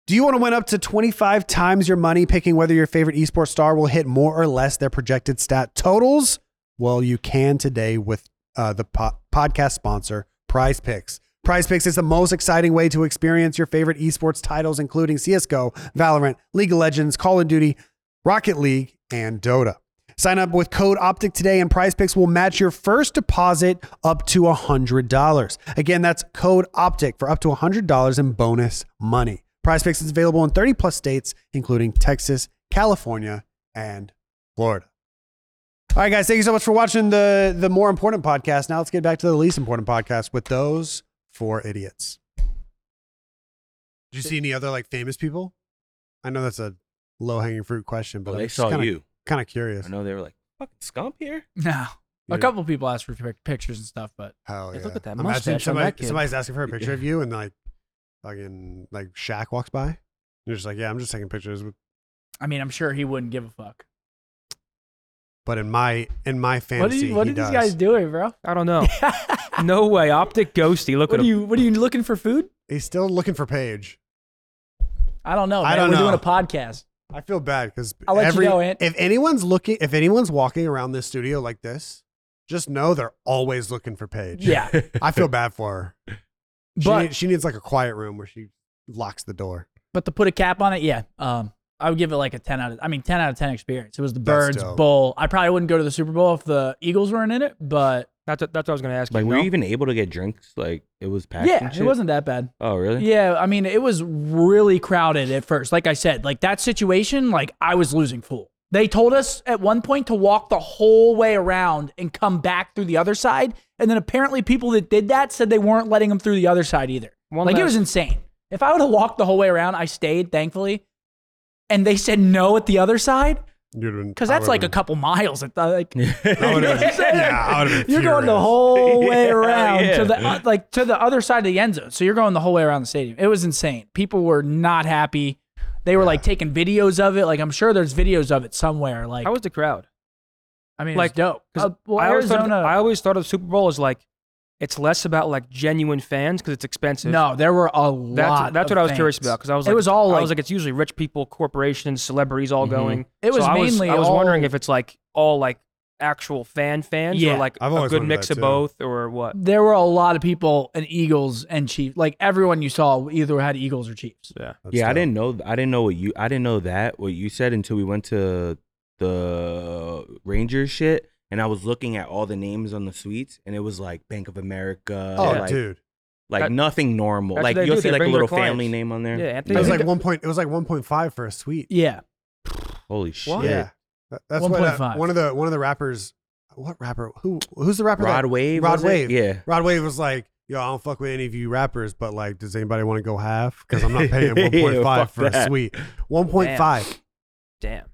Do you want to win up to 25 times your money picking whether your favorite esports star will hit more or less their projected stat totals? Well, you can today with uh, the po- podcast sponsor, Prize Picks. Prize Picks is the most exciting way to experience your favorite esports titles, including CSGO, Valorant, League of Legends, Call of Duty, Rocket League, and Dota. Sign up with code OPTIC today, and Prize Picks will match your first deposit up to $100. Again, that's code OPTIC for up to $100 in bonus money. Prize Picks is available in 30 plus states, including Texas, California, and Florida. All right, guys, thank you so much for watching the the more important podcast. Now let's get back to the least important podcast with those four idiots. Did you see any other like famous people? I know that's a low hanging fruit question, but Well, I'm they just saw kinda, you. Kind of curious. I know they were like, fucking scump here. No. Yeah. A couple people asked for pic- pictures and stuff, but Hell Hey, yeah! look at that Imagine mustache on somebody- that kid. Somebody's asking for a picture of you, and like, fucking like Shaq walks by. You're just like, yeah, I'm just taking pictures. with- I mean, I'm sure he wouldn't give a fuck. But in my in my what are fantasy, you, what he are does. these guys doing, bro? I don't know. what no way. Optic ghosty. Look at are him. you what are you looking for food? He's still looking for Paige. I don't know. I man. don't We're know. doing a podcast. I feel bad because I'll let you every know, Ant. if anyone's looking, if anyone's walking around this studio like this, just know they're always looking for Paige. Yeah. I feel bad for her. She, But- need- she needs like a quiet room where she locks the door. But to put a cap on it, yeah. Um, I would give it like a ten out of. I mean, ten out of ten experience. It was the That's Birds dope. Bowl. I probably wouldn't go to the Super Bowl if the Eagles weren't in it, but That's, what- that's what I was going to ask Like, you. were no? you even able to get drinks? Like, it was packed. yeah, and it shit? wasn't that bad. Oh, really? Yeah, I mean, it was really crowded at first. Like I said, like that situation, like I was losing fool. They told us at one point to walk the whole way around and come back through the other side, and then apparently people that did that said they weren't letting them through the other side either. One like it last- was insane. If I would have walked the whole way around, I stayed thankfully, and they said no at the other side. Because that's like a couple miles. At the, like, you know what I'm saying? yeah, I would've been You're going the furious. whole way Yeah, around yeah. to the uh, like to the other side of the end zone. So you're going the whole way around the stadium. It was insane. People were not happy. They were like taking videos of it. Like I'm sure there's videos of it somewhere. Like How was the crowd? I mean, like, like dope. 'Cause Uh, well, I, always thought of, Arizona. the- I always thought of the Super Bowl as like, it's less about like genuine fans because it's expensive. no, there were a lot. That's, that's of what I was fans. curious about because I was It like, was all, I like- Mm-hmm. was like, it's usually rich people, corporations, celebrities all Mhm. going. It was so I was, mainly I was all- wondering if it's like all like actual fan fans Yeah. or like I've a always good wondered mix that of too. both or what. There were a lot of people and Eagles and Chiefs. Like everyone you saw either had Eagles or Chiefs. Yeah. That's yeah, I dope. didn't know. I didn't know what you. I didn't know that what you said until we went to the Rangers shit, and I was looking at all the names on the suites, and it was like Bank of America. Oh, like, dude, like That- nothing normal. that's Like what they you'll do, see they like a bring their little family clients. name on there. Yeah, Anthony. it was I like think one point. It was like 1.5 for a suite. Yeah. Holy What? shit. Yeah, That- that's what uh, 1.5. one of the one of the rappers. What rapper? Who who's the rapper? Rod that, Wave. Rod was it? Wave. Yeah. Rod Wave was like, "Yo, I don't fuck with any of you rappers, but like, does anybody want to go half? Because I'm not paying 1.5 Yeah, fuck for a that. suite. 1.5. Damn.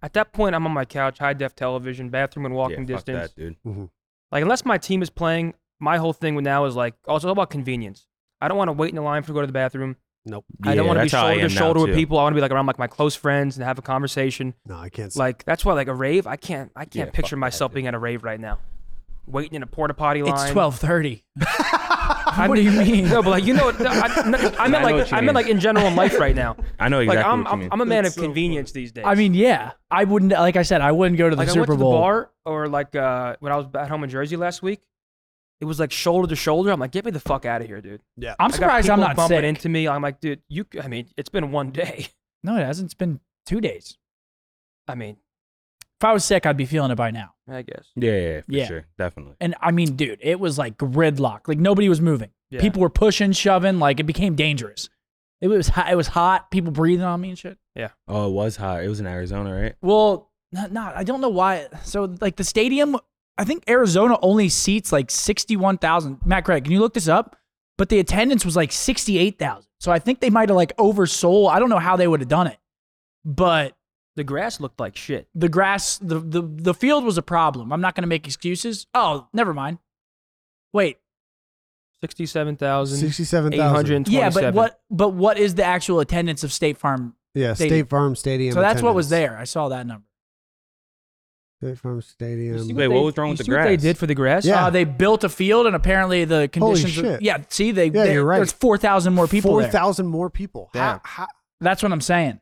I At that point, I'm on my couch, high def television, bathroom and yeah, walking fuck distance. that, dude. Like unless my team is playing, my whole thing now is like oh, it's all about convenience. I don't want to wait in the line for to go to the bathroom. I don't Yeah, want to be that's how I shoulder to am now, shoulder with too. people. I want to be like around like my close friends and have a conversation. No, I can't. Like that's why like a rave, I can't I Yeah, can't fuck picture that, myself dude. being at a rave right now. Waiting in a porta potty line. It's twelve thirty. what do you mean? No, but like you know, what- no, I, no, I meant I know like what you I mean. meant like in general in life right now. I know exactly Like I'm what you I'm, mean. I'm a man That's of so convenience these days. I mean, yeah, I wouldn't. Like I said, I wouldn't go to the like I went Super to the Bowl. bar or like uh, when I was at home in Jersey last week, it was like shoulder to shoulder. I'm like, get me the fuck out of here, dude. I'm I got surprised I'm people not bumping sick. into me. I'm like, dude, you. c- I mean, it's been one day. no, it hasn't. It's been two days. I mean, If I was sick, I'd be feeling it by now. I guess. yeah, yeah, yeah, for Yeah. sure, definitely. And I mean, dude, it was like gridlock. Like nobody was moving. Yeah. People were pushing, shoving. Like it became dangerous. It was hot. It was hot. People breathing on me and shit. Oh, it was hot. It was in Arizona, right? Well, not, not I don't know why. So like the stadium, I think Arizona only seats like sixty-one thousand. Matt Craig, can you look this up? But the attendance was like sixty-eight thousand. So I think they might have like oversold. I don't know how they would have done it, but The grass looked like shit. the grass, the the the field was a problem. I'm not gonna make excuses. Oh, never mind. Wait, Sixty-seven thousand sixty-seven eight hundred thousand. and yeah, twenty-seven. but what? But what is the actual attendance of State Farm? Yeah, Stadium. State Farm Stadium. so that's what was attendance. there. I saw that number. State Farm You see Stadium. Wait, what they- was wrong you with the see what they grass? did for the grass? Yeah. Uh, they built a field, and apparently the conditions. shit. yeah, see, they, Yeah, they- you're right. There's four thousand more people. Four there. thousand more people. How, Damn. how, That's what I'm saying.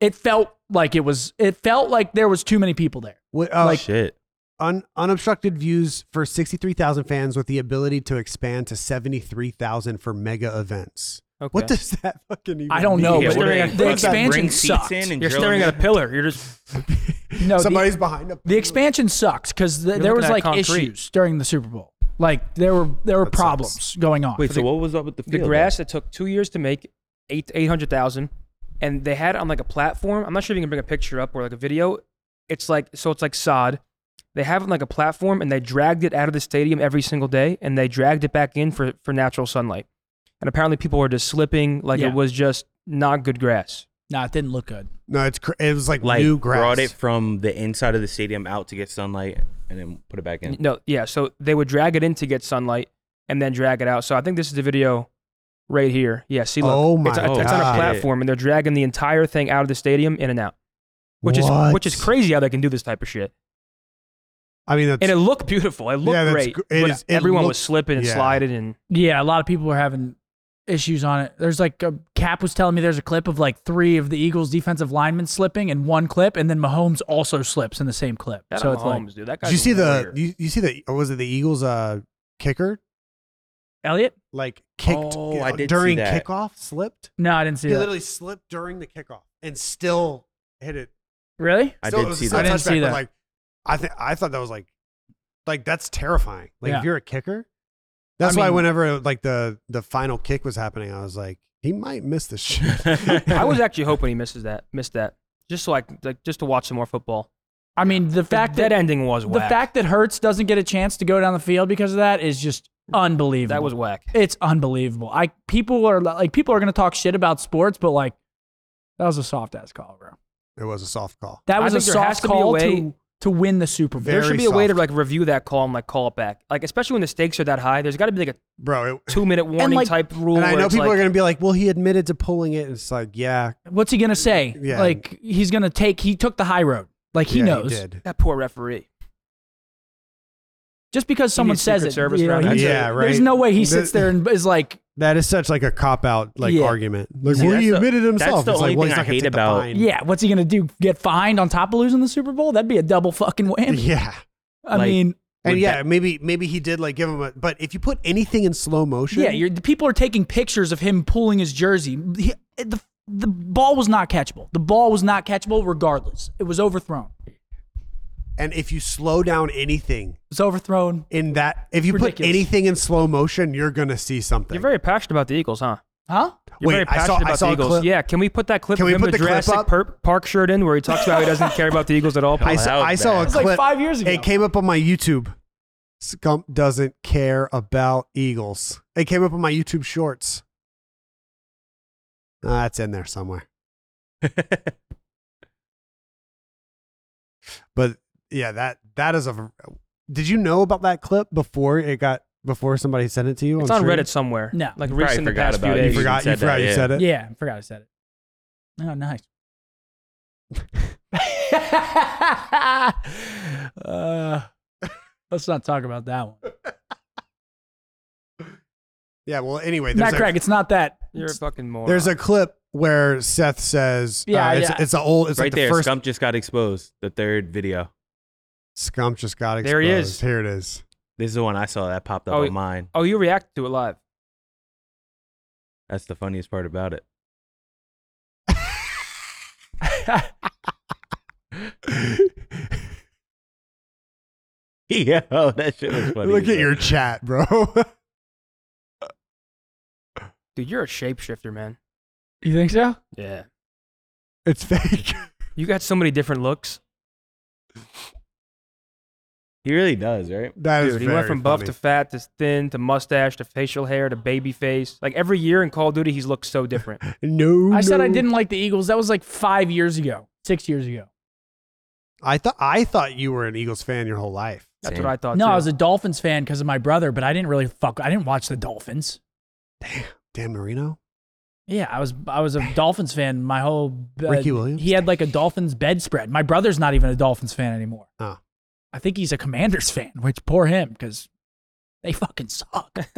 It felt like it was. It felt like there was too many people there. what, Oh, uh, Like- Shit. un, unobstructed views for sixty-three thousand fans, with the ability to expand to seventy-three thousand for mega events. Okay. What does that fucking even? I don't mean? know. Yeah, but what are the, they gonna the fucking expansion bring sucked. seats in and You're drill staring them at a pillar. You're just no, the, Somebody's behind a. the expansion sucks because You're there looking was at like concrete. issues during the Super Bowl. Like there were there were That sucks. problems going on. in. Wait, so what was up with the the field? grass that took two years to make eight eight hundred thousand, and they had it on like a platform. I'm not sure if you can bring a picture up or like a video. It's like so it's like sod. They have it on like a platform, and they dragged it out of the stadium every single day, and they dragged it back in for for natural sunlight. And apparently, people were just slipping like Yeah. it was just not good grass. nah, it didn't look good. No, it's cr- it was like, Like new grass. brought it from the inside of the stadium out to get sunlight and then put it back in. No, yeah. So they would drag it in to get sunlight, and then drag it out. So I think this is the video. Right here, yeah. See, look, Oh my it's, it's on a God. platform, and they're dragging the entire thing out of the stadium in and out. which is What? which is crazy how they can do this type of shit. I mean, that's, And it looked beautiful. It looked Yeah, that's great. gr- it but is- it everyone looked- was slipping and yeah. sliding and Yeah, a lot of people were having issues on it. There's like a, Cap was telling me there's a clip of like three of the Eagles defensive linemen slipping in one clip, and then Mahomes also slips in the same clip. Shout so out it's like Mahomes, dude. That guy's did you a see the warrior. you, you see the or was it the Eagles uh kicker Elliot. like kicked Oh, I did see during that. kickoff slipped? No, I didn't see he that. literally slipped during the kickoff and still hit it. Really? I Still, it did was see still a I that. didn't touchback, see but, that. Like I think I thought that was like like that's terrifying. Like Yeah. if you're a kicker, that's I why mean- whenever like the the final kick was happening, I was like, he might miss this shit. I was actually hoping he misses that, missed that, just so I c- like just to watch some more football. I mean, the The fact dead that ending was the whack. fact that Hertz doesn't get a chance to go down the field because of that is just unbelievable. that was whack. it's unbelievable. I people are like people are gonna talk shit about sports, but like that was a soft ass call, bro. it was a soft call. That I was a think there has soft to be a call way- to to win the Super Bowl. there should very be a way to soft. like review that call and like call it back. Like especially when the stakes are that high, there's got to be like a Bro, it, two minute warning like- type rule. and I where know it's people like, are gonna be like, well, he admitted to pulling it. It's like, yeah, What's he gonna say? Yeah. Like he's gonna take he took the high road. Like he yeah, knows. did. that poor referee. Just because someone needs says Secret it, Service you know, around he- him. Yeah, right. there's no way he The- sits there and is like, That is such like a cop out like Yeah. argument. Like, See, well, that's he the- admitted it himself. that's it's the only like, well, thing he's I not gonna hate take the about- fine. yeah, what's he gonna do? Get fined on top of losing the Super Bowl? That'd be a double fucking win. yeah. I Like- mean, And Would yeah, maybe maybe he did like give him a. But if you put anything in slow motion, Yeah, you're, the people are taking pictures of him pulling his jersey. He- the, the ball was not catchable. The ball was not catchable regardless. It was overthrown. It and if you slow down anything was overthrown. in that, if you put Ridiculous. anything in slow motion, you're gonna see something. You're very passionate about the Eagles, huh? Huh? You're Wait, very I saw- passionate I about saw a the Eagles. clip- Yeah, can we put that clip Can of we him put in the clip Jurassic up? Per- Park shirt in where he talks about how he doesn't care about the Eagles at all? I, Oh, saw, that was I saw a bad. It's clip. like five years ago. it came up on my YouTube. Scump doesn't care about Eagles. It came up on my YouTube Shorts. Ah, it's in there somewhere. But yeah, that that is a. Did you know about that clip before it got before somebody sent it to you? It's on stream? Reddit somewhere. No. like Probably recent the forgot past few about it. You days. even forgot. You said that, forgot. You yeah. said it. Yeah, I forgot I said it. Oh, nice. uh, let's not talk about that one. Yeah. Well, anyway, there's Matt a, Craig, it's not that. You're a fucking moron. there's a clip where Seth says, Yeah, uh, it's, yeah. it's the old. It's right like the there, first Scump just got exposed. The third video. Scump just got exposed. There he is. Here it is. This is the one I saw that popped up Oh, on mine. oh, you reacted to it live. That's the funniest part about it. Yeah, that shit was funny. Look as at hell. your chat, bro. Dude, you're a shapeshifter, man. You think so? Yeah. it's fake. You got so many different looks. He really does, right? That is Dude, he went very from buff funny. to fat to thin to mustache to facial hair to baby face. Like every year in Call of Duty, he's looked so different. no. I said I no. didn't like the Eagles. That was like five years ago, six years ago. I thought I thought you were an Eagles fan your whole life. That's Same. what I thought. No, too. I was a Dolphins fan because of my brother, but I didn't really fuck. I didn't watch the Dolphins. Dan Marino. Yeah, I was I was a Dolphins fan my whole. uh, Ricky Williams? He had like a Dolphins bedspread. My brother's not even a Dolphins fan anymore. Oh. I think he's a Commanders fan, which poor him because they fucking suck. But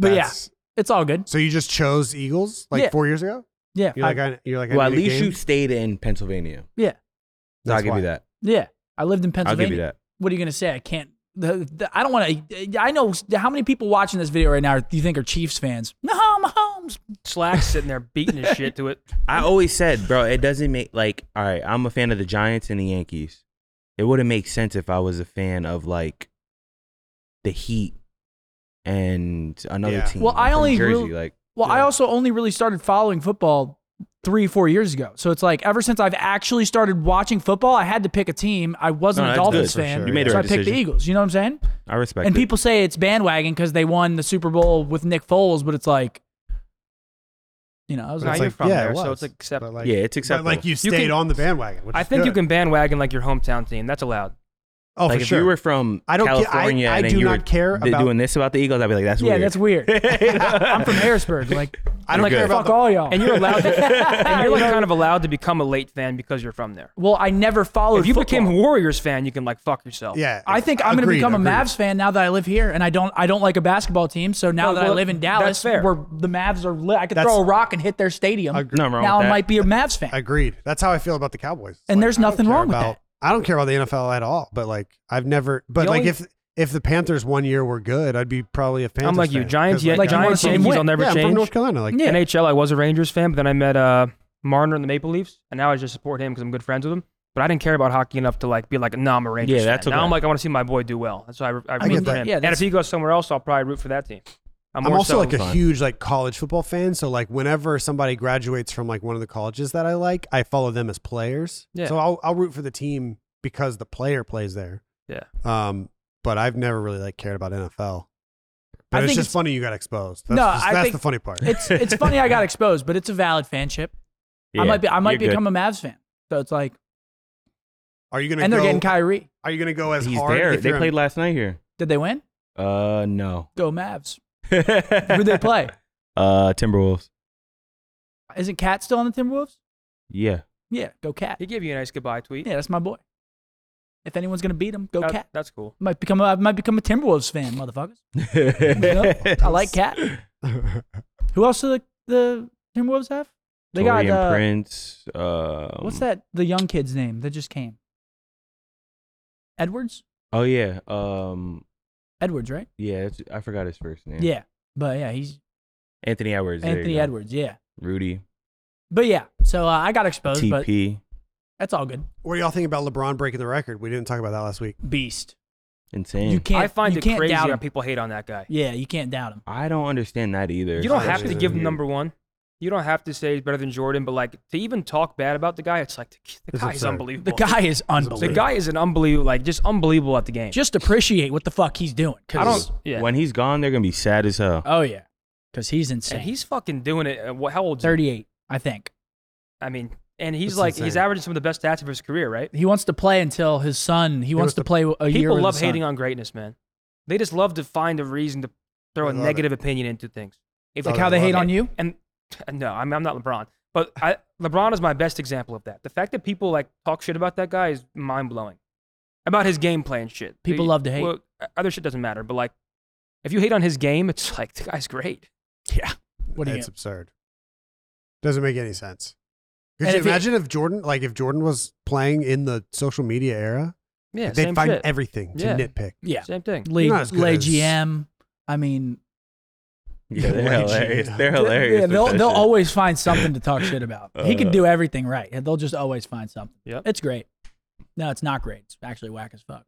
yeah, yeah. it's all good. So you just chose Eagles like Yeah. four years ago. Yeah, You're I- like I, you're like I well, at need a least game? you stayed in Pennsylvania. yeah, So I'll That's give why. you that. yeah. I lived in I'll Pennsylvania. give you that. What are you gonna say? I can't. The, the, I don't want to. I know how many people watching this video right now. Do you think are Chiefs fans? No, Mahomes. Slack sitting there beating his shit to it. I always said, bro, it doesn't make like all right, I'm a fan of the Giants and the Yankees. It wouldn't make sense if I was a fan of like the Heat and another Yeah. team. Well, I from only Jersey, really- like Well, I Yeah. also only really started following football three, four years ago. So it's like ever since I've actually started watching football, I had to pick a team. I wasn't No, a that's Dolphins good. fan, For sure, You made the so I right picked decision. the Eagles. You know what I'm saying? I respect and it. people say it's bandwagon because they won the Super Bowl with Nick Foles, but it's like, you know, I was But Nah, like, it's you're like, from yeah, there, it so was. it's accept- But, like, Yeah, it's but, acceptable. like you stayed can- on the bandwagon. Which I is think you good. can bandwagon like your hometown team. That's allowed. Oh, like for if sure. you were from I don't ca- I- California I and then do you were not care d- about- doing this about the Eagles, I'd be like, that's yeah, weird. that's weird. I'm from Harrisburg. Like, I don't You're care good. about fuck the, all y'all. And you're allowed. To, and you're You like know- kind of allowed to become a late fan because you're from there. well, I never followed. If you became a football. Warriors fan, you can like fuck yourself. Yeah, I think I'm going to agreed, become a agreed. Mavs fan now that I live here, and I don't. I don't like a basketball team. So now No, that I well, live in that's Dallas, fair. where the Mavs are, lit, I could That's- throw a rock and hit their stadium. Agreed. Nothing wrong now I with that. might be a Mavs fan. Agreed. That's how I feel about the Cowboys. It's And there's I don't nothing care wrong with about, I don't care about the NFL at all. But like, I've never. But The like, only- if if the Panthers one year were good, I'd be probably a Panthers. I'm like you, fan, Giants, 'cause, yeah, Like, you wanna Giants, see them Yankees. win. I'll never yeah, I'm from change. North Carolina. Like, Yeah. NHL, I was a Rangers fan, but then I met uh, Marner in the Maple Leafs, and now I just support him because I'm good friends with him. But I didn't care about hockey enough to like be like, nah, I'm a Rangers Yeah, that's fan. Now okay. I'm like, I want to see my boy do well. That's why I, I, I root get for him. that. Yeah, and if that's- he goes somewhere else, I'll probably root for that team. I'm, I'm more also so- like a fun. huge like college football fan. So like, whenever somebody graduates from like one of the colleges that I like, I follow them as players. Yeah. So I'll I'll root for the team because the player plays there. Yeah. Um, but I've never really like cared about NFL. But I think it's just it's- funny you got exposed. That's No, just, I that's think the funny part. It's it's funny I got exposed, but it's a valid fanship. I Yeah, might be I might you're good. become a Mavs fan. So it's like, Are you gonna and they're go, getting Kyrie. Are you gonna go as He's hard? there. if They you're in- played last night here. Did they win? Uh, no. Go Mavs. Who Who they play? Uh, Timberwolves. Isn't Cat still on the Timberwolves? Yeah. Yeah, go Cat. He gave you a nice goodbye tweet. Yeah, that's my boy. If anyone's gonna beat him, Uh, go That- Cat. That's cool. Might become a, I might become a Timberwolves fan, motherfuckers. I like Cat. Who else do the, the Timberwolves have? They got Torian uh, Prince. Um, what's that? The young kid's name that just came. Edwards. Oh yeah. Um. Edwards, right? Yeah. It's, I forgot his first name. Yeah. But yeah, he's Anthony Edwards. there you Anthony go. Edwards. Yeah. Rudy. But yeah, so uh, I got exposed, but TP. that's all good. what do y'all think about LeBron breaking the record? We didn't talk about that last week. Beast. Insane. You can't. I find you it can't crazy doubt how him. people hate on that guy. Yeah, you can't doubt him. I don't understand that either. You don't I have to understand. give him number one. You don't have to say he's better than Jordan, but like to even talk bad about the guy, it's like the, the It's guy is absurd. unbelievable. The guy is the unbelievable. guy is an unbelievable, like just unbelievable at the game. Just appreciate what the fuck he's doing. 'cause- I don't. Yeah. When he's gone, they're gonna be sad as hell. Oh yeah, because he's and insane. he's fucking doing it. uh, what- How old? thirty-eight, I think. I mean, and he's That's like he's insane. averaging some of the best stats of his career, right? He wants to play until his son. He, wants wants to to- play a year. People with love his son. hating on greatness, man. They just love to find a reason to throw a They love negative opinion into things. If Like Oh, how they they hate love on you. and no, I'm, I'm not LeBron, but I, LeBron is my best example of that. The fact that people like talk shit about that guy is mind blowing. About his gameplay and shit. People The- love to hate. Well, other shit doesn't matter, but like, if you hate on his game, it's like the guy's great. What do you? it's absurd. Doesn't make any sense. Could And you if he- imagine if Jordan, like if Jordan was playing in the social media era, Yeah, they'd same find shit. everything to Yeah. nitpick. Yeah, same thing. league, not as good lay as- GM. I mean, Yeah, they're Legend. hilarious. They're Yeah, hilarious. Yeah, with they'll that they'll shit. always find something to talk shit about. he can Uh. do everything right. and They'll just always find something. Yep. It's great. No, it's not great. It's actually whack as fuck.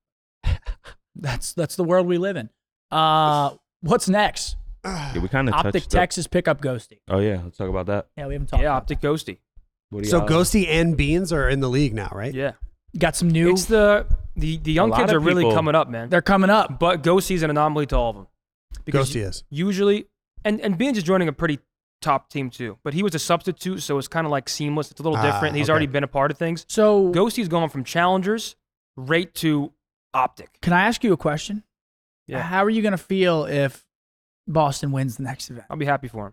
that's that's the world we live in. Uh, what's next? Yeah, we kind of Optic touched. the- Texas pickup ghosty. Oh yeah, let's talk about that. Yeah, we haven't talked. Yeah, about optic ghosty. What do So y'all- Ghosty and Beans are in the league now, right? Yeah, that. Got some new. it's the the, the young lot kids are of really people- coming up, man. They're coming up. But Ghosty's an anomaly to all of them. Ghosty you- is. usually, and and Binge is joining a pretty top team too. But he was a substitute, so it's kind of like seamless. It's a little Ah, different. He's okay. already been a part of things. So Ghosty's gone from challengers right to optic. can I ask you a question? Yeah. How are you gonna feel if Boston wins the next event? I'll be happy for him.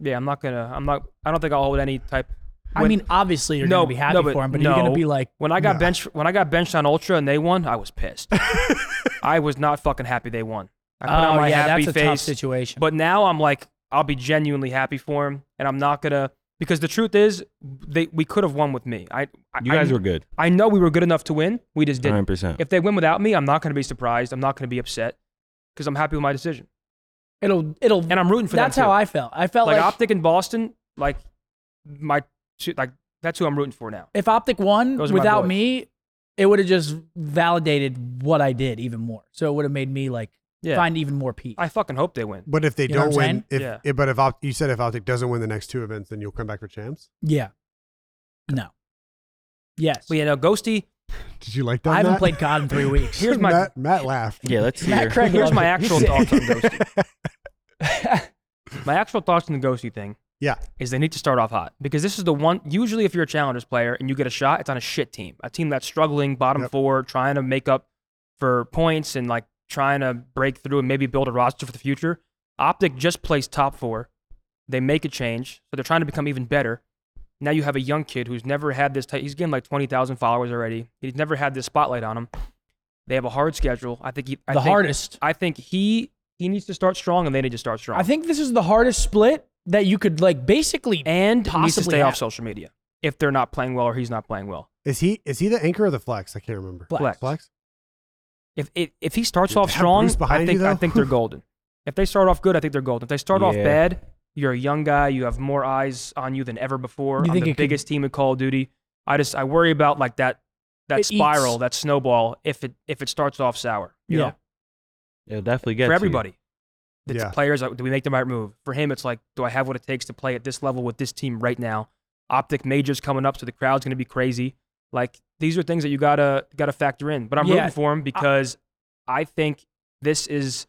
Yeah, I'm not gonna. I'm not. I don't think I'll hold any type. I when- mean, obviously you're No, gonna be happy no, but for him, but no. you're gonna be like, when I got Nah. benched, when I got benched on Ultra and they won, I was pissed. I was not fucking happy they won. I oh put on my yeah, happy that's a tough face. situation. But now I'm like, I'll be genuinely happy for him, and I'm not gonna because the truth is, they we could have won with me. I, I You guys I, were good. I know we were good enough to win. We just didn't. Nine percent. If they win without me, I'm not gonna be surprised. I'm not gonna be upset because I'm happy with my decision, it'll it'll and I'm rooting for That's them. how too. I felt. I felt like, like, Optic in Boston. Like my two- like that's who I'm rooting for now. if Optic won Those are my without boys. me, it would have just validated what I did even more. So it would have made me like Yeah, find even more peace. I fucking hope they win. But if they You know what don't I'm win, if, Yeah. if- but if Opt- you said if Optic doesn't win the next two events, then you'll come back for champs. yeah. No. Yes. But yeah, no, Ghosty. Did you like that? I haven't Matt? played God in three weeks. Here's my- Matt, Matt laughed. Yeah, let's Matt hear. Craig Here's loves my it. actual He's- thoughts on Ghosty. My actual thoughts on the Ghosty thing. Yeah. Is they need to start off hot because this is the one. Usually, if you're a challengers player and you get a shot, it's on a shit team, a team that's struggling, bottom Yep. four, trying to make up for points and like trying to break through and maybe build a roster for the future. Optic just placed top four. They make a change, so they're trying to become even better. Now you have a young kid who's never had this. Type, he's getting like twenty thousand followers already. He's never had this spotlight on him. They have a hard schedule. I think he, I the think, hardest. I think he he needs to start strong, and they need to start strong. I think this is the hardest split that you could like basically. and needs to possibly stay have. off social media if they're not playing well or he's not playing well. Is he is he the anchor or the flex? I can't remember. Flex. Flex. Flex? If if, if he starts Dude, off that strong, Bruce behind I you, think I though. think they're golden. If they start off good, I think they're golden. If they start off Yeah. bad, you're a young guy. You have more eyes on you than ever before. You I'm think the it could- biggest team in Call of Duty. I just I worry about like that that It spiral, eats. that snowball. If it if it starts off sour, you Yeah. know, It'll definitely get for to you. everybody. The t- Yeah. players, like, do we make the right move? For him, it's like, do I have what it takes to play at this level with this team right now? Optic majors coming up, so the crowd's going to be crazy. Like these are things that you gotta gotta factor in. But I'm Yeah. rooting for him because I, think this is,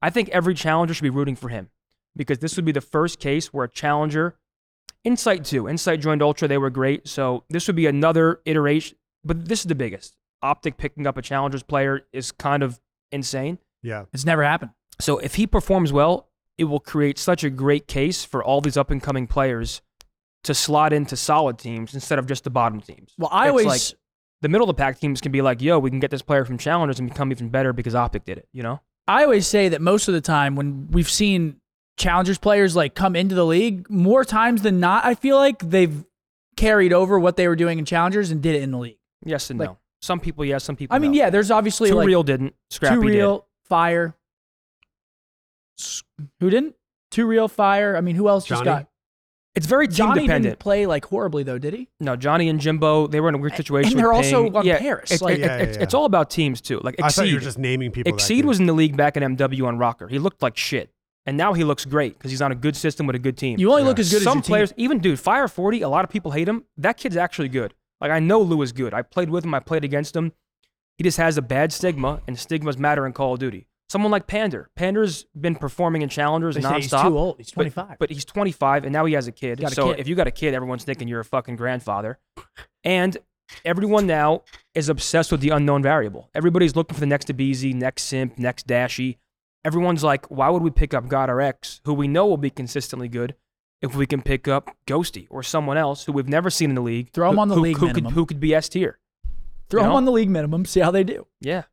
I think every challenger should be rooting for him because this would be the first case where a challenger, Insight too, Insight joined Ultra, they were great, so this would be another iteration. But this is the biggest. Optic picking up a challenger's player is kind of insane. Yeah. It's never happened. So if he performs well, it will create such a great case for all these up and coming players to slot into solid teams instead of just the bottom teams. Well, I It's always like- The middle of the pack teams can be like, yo, we can get this player from challengers and become even better because Optic did it, you know? I always say that most of the time when we've seen challengers players like come into the league, more times than not, I feel like they've carried over what they were doing in challengers and did it in the league. Yes and Like- no. Some people yes, some people I mean, no. yeah, there's obviously Too like real didn't. Scrappy Too did. real fire. S- Who didn't? Too real fire. I mean, who else just Johnny? got It's very team Johnny didn't dependent. play like horribly though, did he? No, Johnny and Jimbo, they were in a weird situation. and they're with also Ping. on yeah, Paris. It's, like it- Yeah, yeah, it's- yeah. it's all about teams too. Like I thought you were exceed. just naming people. that Exceed could- was in the league back in MW on Rocker. He looked like shit, and now he looks great because he's on a good system with a good team. you only Yeah. look as good Some as your players, Team. even dude, Fire Forty. A lot of people hate him. That kid's actually good. Like I know Lou is good. I played with him. I played against him. He just has a bad stigma, and stigmas matter in Call of Duty. Someone like Pander. Pander's been performing in challengers They say he's nonstop. too old. He's but- 25. But he's 25 and now he has a kid. Got a so kid. if you got a kid, everyone's thinking you're a fucking grandfather. And everyone now is obsessed with the unknown variable. Everybody's looking for the next Abizi, next Simp, next Dashy. Everyone's like, why would we pick up God or X, who we know will be consistently good, if we can pick up Ghosty or someone else who we've never seen in the league? Throw him who- on the who, league who minimum. Could, who could be S tier? Throw you them know? on the league minimum. See how they do. Yeah.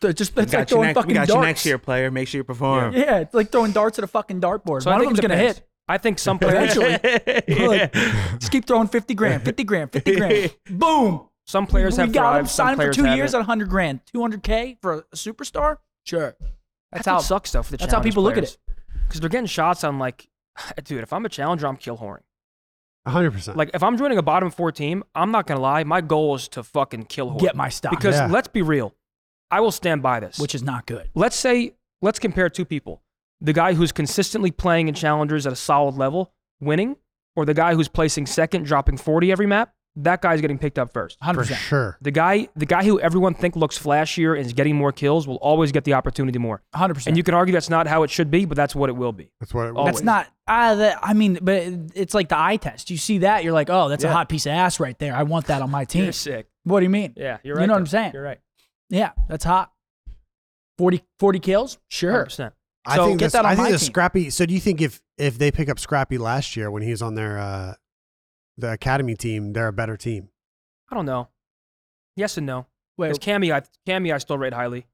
They're just that's got like you throwing next, fucking we got darts. you next year, player. Make sure you perform. Yeah, it's like throwing darts at a fucking dartboard. One of it them's gonna depends. hit. I think some players, Eventually, Like, just keep throwing fifty grand, fifty grand, fifty grand. Boom. some players we have got him thrived, some signed for players 2 haven't. years at hundred grand, two hundred k for a superstar. Sure. That's That's how how- it sucks though. For the that's how people look at it because they're getting shots on like, dude. If I'm a challenger, I'm kill whoring. 100%. Like if I'm joining a bottom four team, I'm not gonna lie. My goal is to fucking kill whore. Get my stock, because Yeah. let's be real. I will stand by this. which is not good. let's say let's compare two people: the guy who's consistently playing in challengers at a solid level, winning, or the guy who's placing second, dropping 40 every map. That guy's getting picked up first. Hundred for percent. sure. The guy, the guy who everyone think looks flashier and is getting more kills, will always get the opportunity more. Hundred percent. And you can argue that's not how it should be, but that's what it will be. That's what it Oh, was. That's not. Uh, that, I mean, but it's like the eye test. You see that, you're like, oh, that's Yeah. a hot piece of ass right there. I want that on my team. You're sick. What do you mean? Yeah, you're You right. know what though. I'm saying? You're right. Yeah, that's hot. 40, 40 kills? Sure. 100%. I So think get this- that on I think my the team. Scrappy. So do you think if if they pick up Scrappy last year when he was on their uh, the academy team, they're a better team? I don't know. Yes and no. Because Wait, Cammy, I, Cammy, I still rate highly.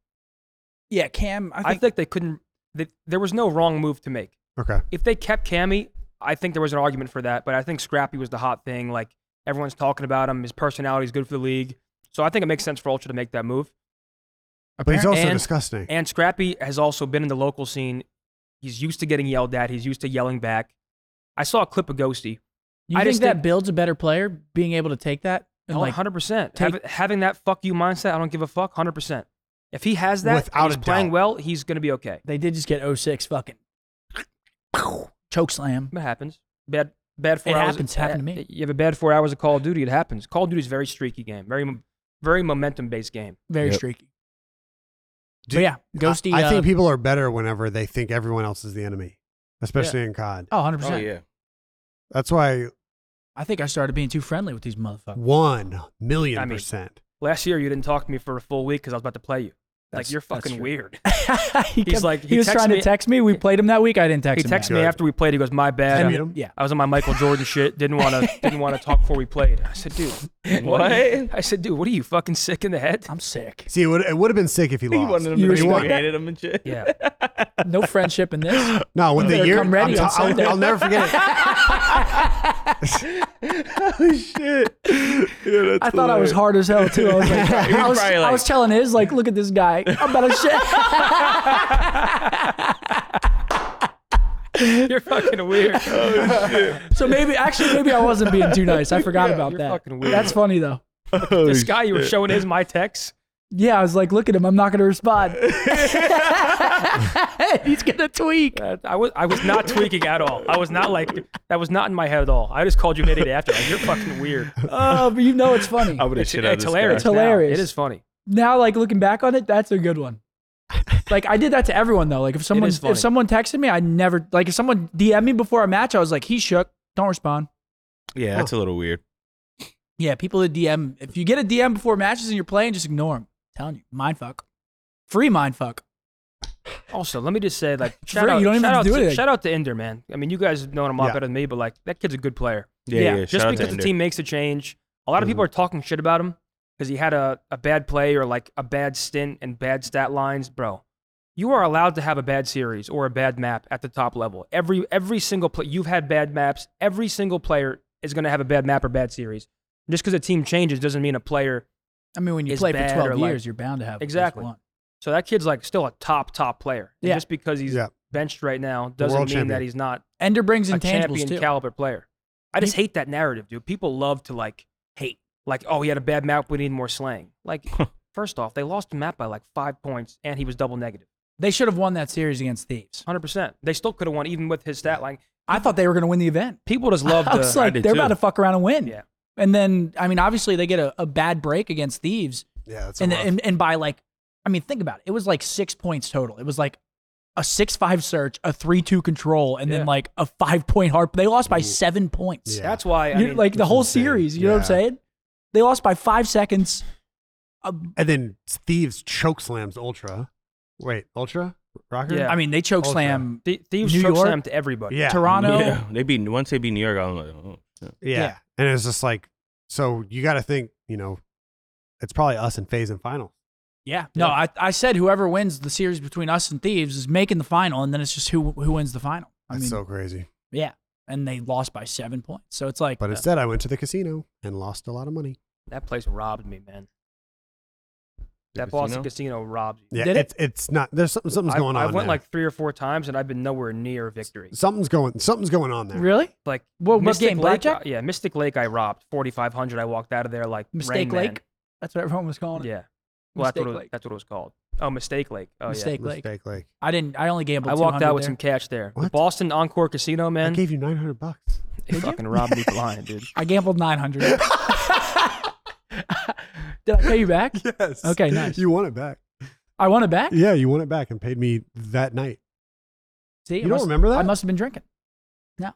yeah, Cam, I I think, think, they couldn't. They, there was no wrong move to make. Okay. If they kept Cammy, I think there was an argument for that. But I think Scrappy was the hot thing. Like everyone's talking about him. His personality is good for the league. So I think it makes sense for Ultra to make that move. But he's also and- disgusting. And Scrappy has also been in the local scene. He's used to getting yelled at. He's used to yelling back. I saw a clip of Ghosty. you I think just that think- Oh, builds a better player being able to take that and One like hundred percent. take- Having that fuck you mindset, I don't give a fuck. Hundred percent. If he has that, and Without he's a playing doubt. well, he's gonna be okay. they did just get 06 fucking choke slam. It happens. Bad, bad four It hours. eh, happens. Happened to me. You have a bad four hours of Call of Duty. It happens. Call of Duty is a very streaky game. Very, mo- very momentum based game. Very Yep. streaky. Do- but yeah, Ghosty. I, I uh, think people are better whenever they think everyone else is the enemy, especially in COD. oh, 100%. Oh yeah. That's why I think I started being too friendly with these motherfuckers. one million I mean, percent. Last year, you didn't talk to me for a full week because I was about to play you. That's- like you're that's fucking true. weird. he He's kept- like- he he was texted trying me- to text me. We played him that week. I didn't text he him. back. texted me Good. after we played. He goes, "My bad. Send I, me him. Yeah. I was on my Michael Jordan shit. Didn't want to. Didn't want to talk before we played." I said, "Dude, What? I said, "Dude, what are you fucking sick in the head?" I'm sick. See, it would, it would have been sick if he You lost. wanted him You to think respect you that? hated him and shit. Yeah. No friendship in this. no, when the better year come ready I'm on ta- I'll- Sunday. I'll, never forget it. oh shit. I thought I was hard as hell too. I was, like, He was I, was, probably I like- was telling his like, look at this guy. I'm about to shit. you're fucking weird. Oh, so maybe actually maybe I wasn't being too nice. I forgot about you're that. fucking weird. That's funny though. this guy you were showing is my text. Yeah, I was like, look at him. I'm not gonna respond. He's gonna tweak. Uh, I was I was not tweaking at all. I was not like that was not in my head at all. I just called you minute after. Like, you're fucking weird. Oh, but you know it's funny. I would have It's, shit out it's this guy. hilarious. It's now. hilarious. It is funny. Now, like looking back on it, that's a good one. Like I did that to everyone though. Like if someone is funny. if someone texted me, I never like if someone DM'd me before a match, I was like, he shook. Don't respond. Yeah, that's a little weird. Yeah, people that DM. If you get a DM before matches and you're playing, just ignore them. telling you, mind fuck. Free mind fuck. Also, let me just say, like, shout Free, out, you don't even shout, have out to do anything. shout out to Ender, man. I mean, you guys know him a lot Yeah. better than me, but like, that kid's a good player. Yeah, yeah, Just shout out to because the Ender. team makes a change, a lot of people are talking shit about him because he had a, a bad play or like a bad stint and bad stat lines, bro. You are allowed to have a bad series or a bad map at the top level. Every every single play you've had bad maps. Every single player is going to have a bad map or bad series. Just because a team changes doesn't mean a player I mean, when you Is play for bad or, 12 like- years, you're bound to have at least Exactly. one. So that kid's like still a top top player. And Yeah. Just because he's Yeah. benched right now The doesn't mean world that champion. he's not Ender brings a intangibles champion too. caliber player. I just hate that narrative, dude. People love to like hate, like oh he had a bad map, we need more slang. Like first off, they lost the map by like five points, and he was double negative, they should have won that series against Thieves. hundred percent. They still could have won even with his stat line. I thought they were going to win the event. People just love I the was like, did they're too. about to fuck around and win. Yeah. And then, I mean, obviously they get a, a bad break against Thieves, Yeah, that's and, rough. and and by like I mean, think about it. It was like six points total. It was like a six five search, a three two control, and Yeah. then like a five point hard. They lost by Ooh. seven points. Yeah. That's why I You- mean, like the that's whole insane. series. You know what I'm Yeah. saying? They lost by five seconds. Uh, And then Thieves choke slams Ultra. Wait, Ultra? Rocker? Yeah. I mean, they choke Ultra. slam Th- thieves New choke York- slam to everybody. Yeah. Toronto. Yeah, they beat once they beat New York. I'm like, oh, shit. Yeah. Yeah. And it's just like, so you got to think, you know, it's probably us in phase and final. Yeah. No, I, I said whoever wins the series between us and Thieves is making the final, and then it's just who who wins the final. I That's mean, so crazy. yeah. And they lost by seven points. So it's like, But Uh, instead, I went to the casino and lost a lot of money. That place robbed me, man. The That Boston casino? casino robbed you. Yeah, Did it? it's it's not. There's something, something's I, going I on. went there. like three or four times, and I've been nowhere near victory. something's going. Something's going on there. really? Like What- what Mystic game, Lake, blackjack? uh, yeah, Mystic Lake. I robbed forty five hundred. I walked out of there like Rain Mistake Man. Lake? That's what everyone was calling it. Yeah. Well, that's Mistake what, it was, Lake. that's what it was called. Oh, Mistake Lake. Oh, Mistake Lake. Mistake Lake. I didn't, I only yeah. gambled I walked 200 out with there. some cash there. The What? Boston Encore Casino, I man. gave you nine hundred bucks. They fucking robbed me blind, dude. I gambled 900. Did I pay you back? Yes. Okay, nice. You want it back? I won it back. Yeah, you won it back and paid me that night. See, You I don't must- remember that? I must have been drinking.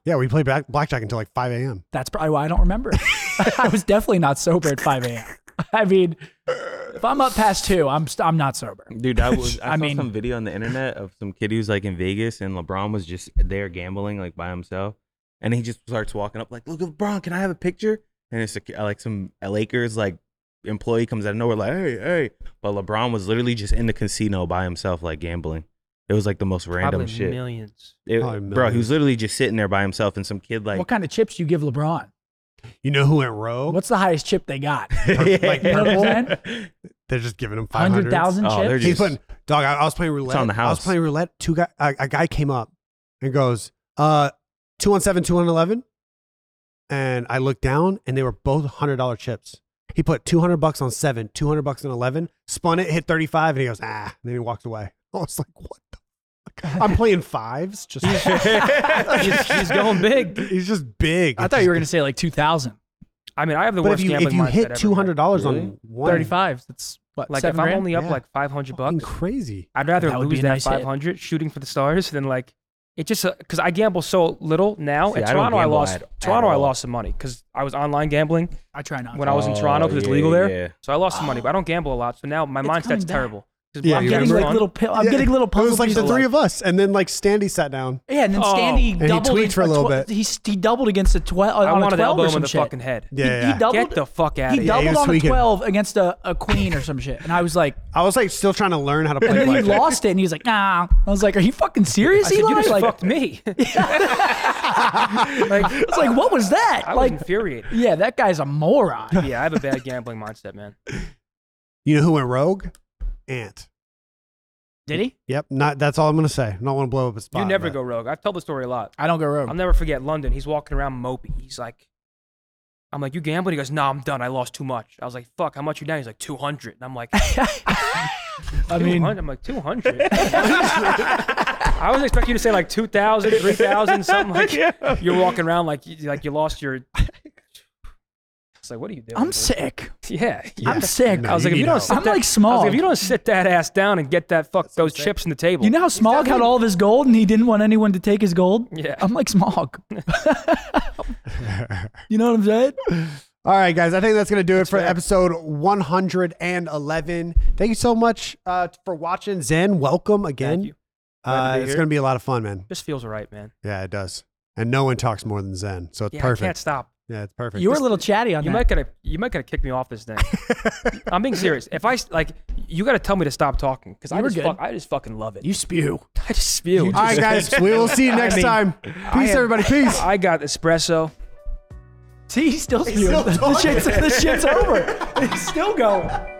Yeah, we played back, blackjack until like five a.m. That's probably why I don't remember it. I was definitely not sober at 5 a.m. I mean, if I'm up past two, I'm, st- I'm not sober. Dude, I was. I, I saw mean- some video on the internet of some kid who's like in Vegas, and LeBron was just there gambling like by himself, and he just starts walking up like, "Look, LeBron, can I have a picture?" And it's like, like some Lakers like employee comes out of nowhere like, "Hey, hey!" But LeBron was literally just in the casino by himself like gambling. It was like the most random Probably shit. millions. It- Probably bro, he millions. was literally just sitting there by himself, and some kid like what kind of chips do you give LeBron? You know who went row? What's the highest chip they got? like purple man? They're just giving him five Hundred hundred thousand Oh, they're chips. just- He's putting dog. I, I was playing roulette. on the I was house. playing roulette. Two guy, a, a guy came up and goes, uh, two one seven, two one eleven, and I looked down and they were both hundred dollar chips. He put two hundred bucks on seven, two hundred bucks on eleven, spun it, hit thirty five, and he goes ah, and then he walked away. I was like, what? the fuck? I'm playing fives. Just he's, he's going big. he's just big. I thought you were gonna say like 2,000. I mean, I have the But if worst you, gambling if you mindset hit ever, two man. hundred dollars Really? on one, 35. That's what Like seven if I'm grand? only up Yeah. like five hundred fucking bucks, crazy. I'd rather That would be lose a that nice hit. 500 shooting for the stars than like it just because I gamble so little now. See, at I don't Toronto, I gamble lost at- at Toronto. I all. lost some money because I was online gambling I try not. when to. I was in Oh, Toronto because it's yeah, legal there. yeah. So I lost some money, but I don't gamble a lot. So now my It's coming mindset's back. terrible. 'Cause Yeah, I'm you getting remember like on- little. Pi- I'm Yeah. getting little It puzzle was like the pieces. three of us, and then like Standy sat down. Yeah, and then Oh. Standy he doubled tweaked it- for a little bit. He s- he doubled against a twelve. I on a wanted to 12 elbow or him some in the shit. fucking head. He- Yeah, he, yeah. doubled. Get the fuck out he of here. Yeah, he doubled was on tweaking. a twelve against a, a queen or some shit, and I was like, I was like still trying to learn how to play. and then he blackjack. lost it, and he was like, nah. I was like, are you fucking serious, I said, Eli? you just like, fucked me. like it's like, what was that? I was like, infuriated. yeah, that guy's a moron. Yeah, I have a bad gambling mindset, man. You know who went rogue? Ant. Did he? Yep. Not. That's all I'm gonna say. Not want to blow up his spot. You never but- go rogue. I've told the story a lot. I don't go I'll Um, rogue. never forget London. He's walking around mopey. He's like, I'm like, you gambling? He goes, no, I'm done. I lost too much. I was like, fuck, how much you down? He's like, 200. And I'm like, I mean, 200? I'm like, 200? I was expecting you to say like 2,000, 3,000, something like You're walking around like, you- like you lost your. It's like, what are you doing? I'm dude? sick. Yeah. yeah. I'm sick. No, I was like, if need you don't help. sit I'm that- like small. I was like, if you don't sit that ass down and get that fuck those chips in the table. You know how Smog had all of his gold and he didn't want anyone to take his gold? Yeah. I'm like Smog. you know what I'm saying? All right, guys. I think that's gonna do it for episode 111. Thank you so much uh, for watching. Zen, welcome again. you. Glad to Uh, be it's here. gonna be a lot of fun, man. This feels right, man. Yeah, it does. And no one talks more than Zen, so it's Yeah, I can't perfect. stop. Yeah, it's perfect. You were a little chatty on You that. might gotta, you might gotta kick me off this thing. I'm being serious. If I s- like, you gotta tell me to stop talking because I You were just, good. fuck, I just fucking love it. you spew. I just spew. all right, guys. We will see you next mean, time. Peace, am- everybody. Peace. I got espresso. See, he's still spewing. still the, shit's, the shit's over. He's still going.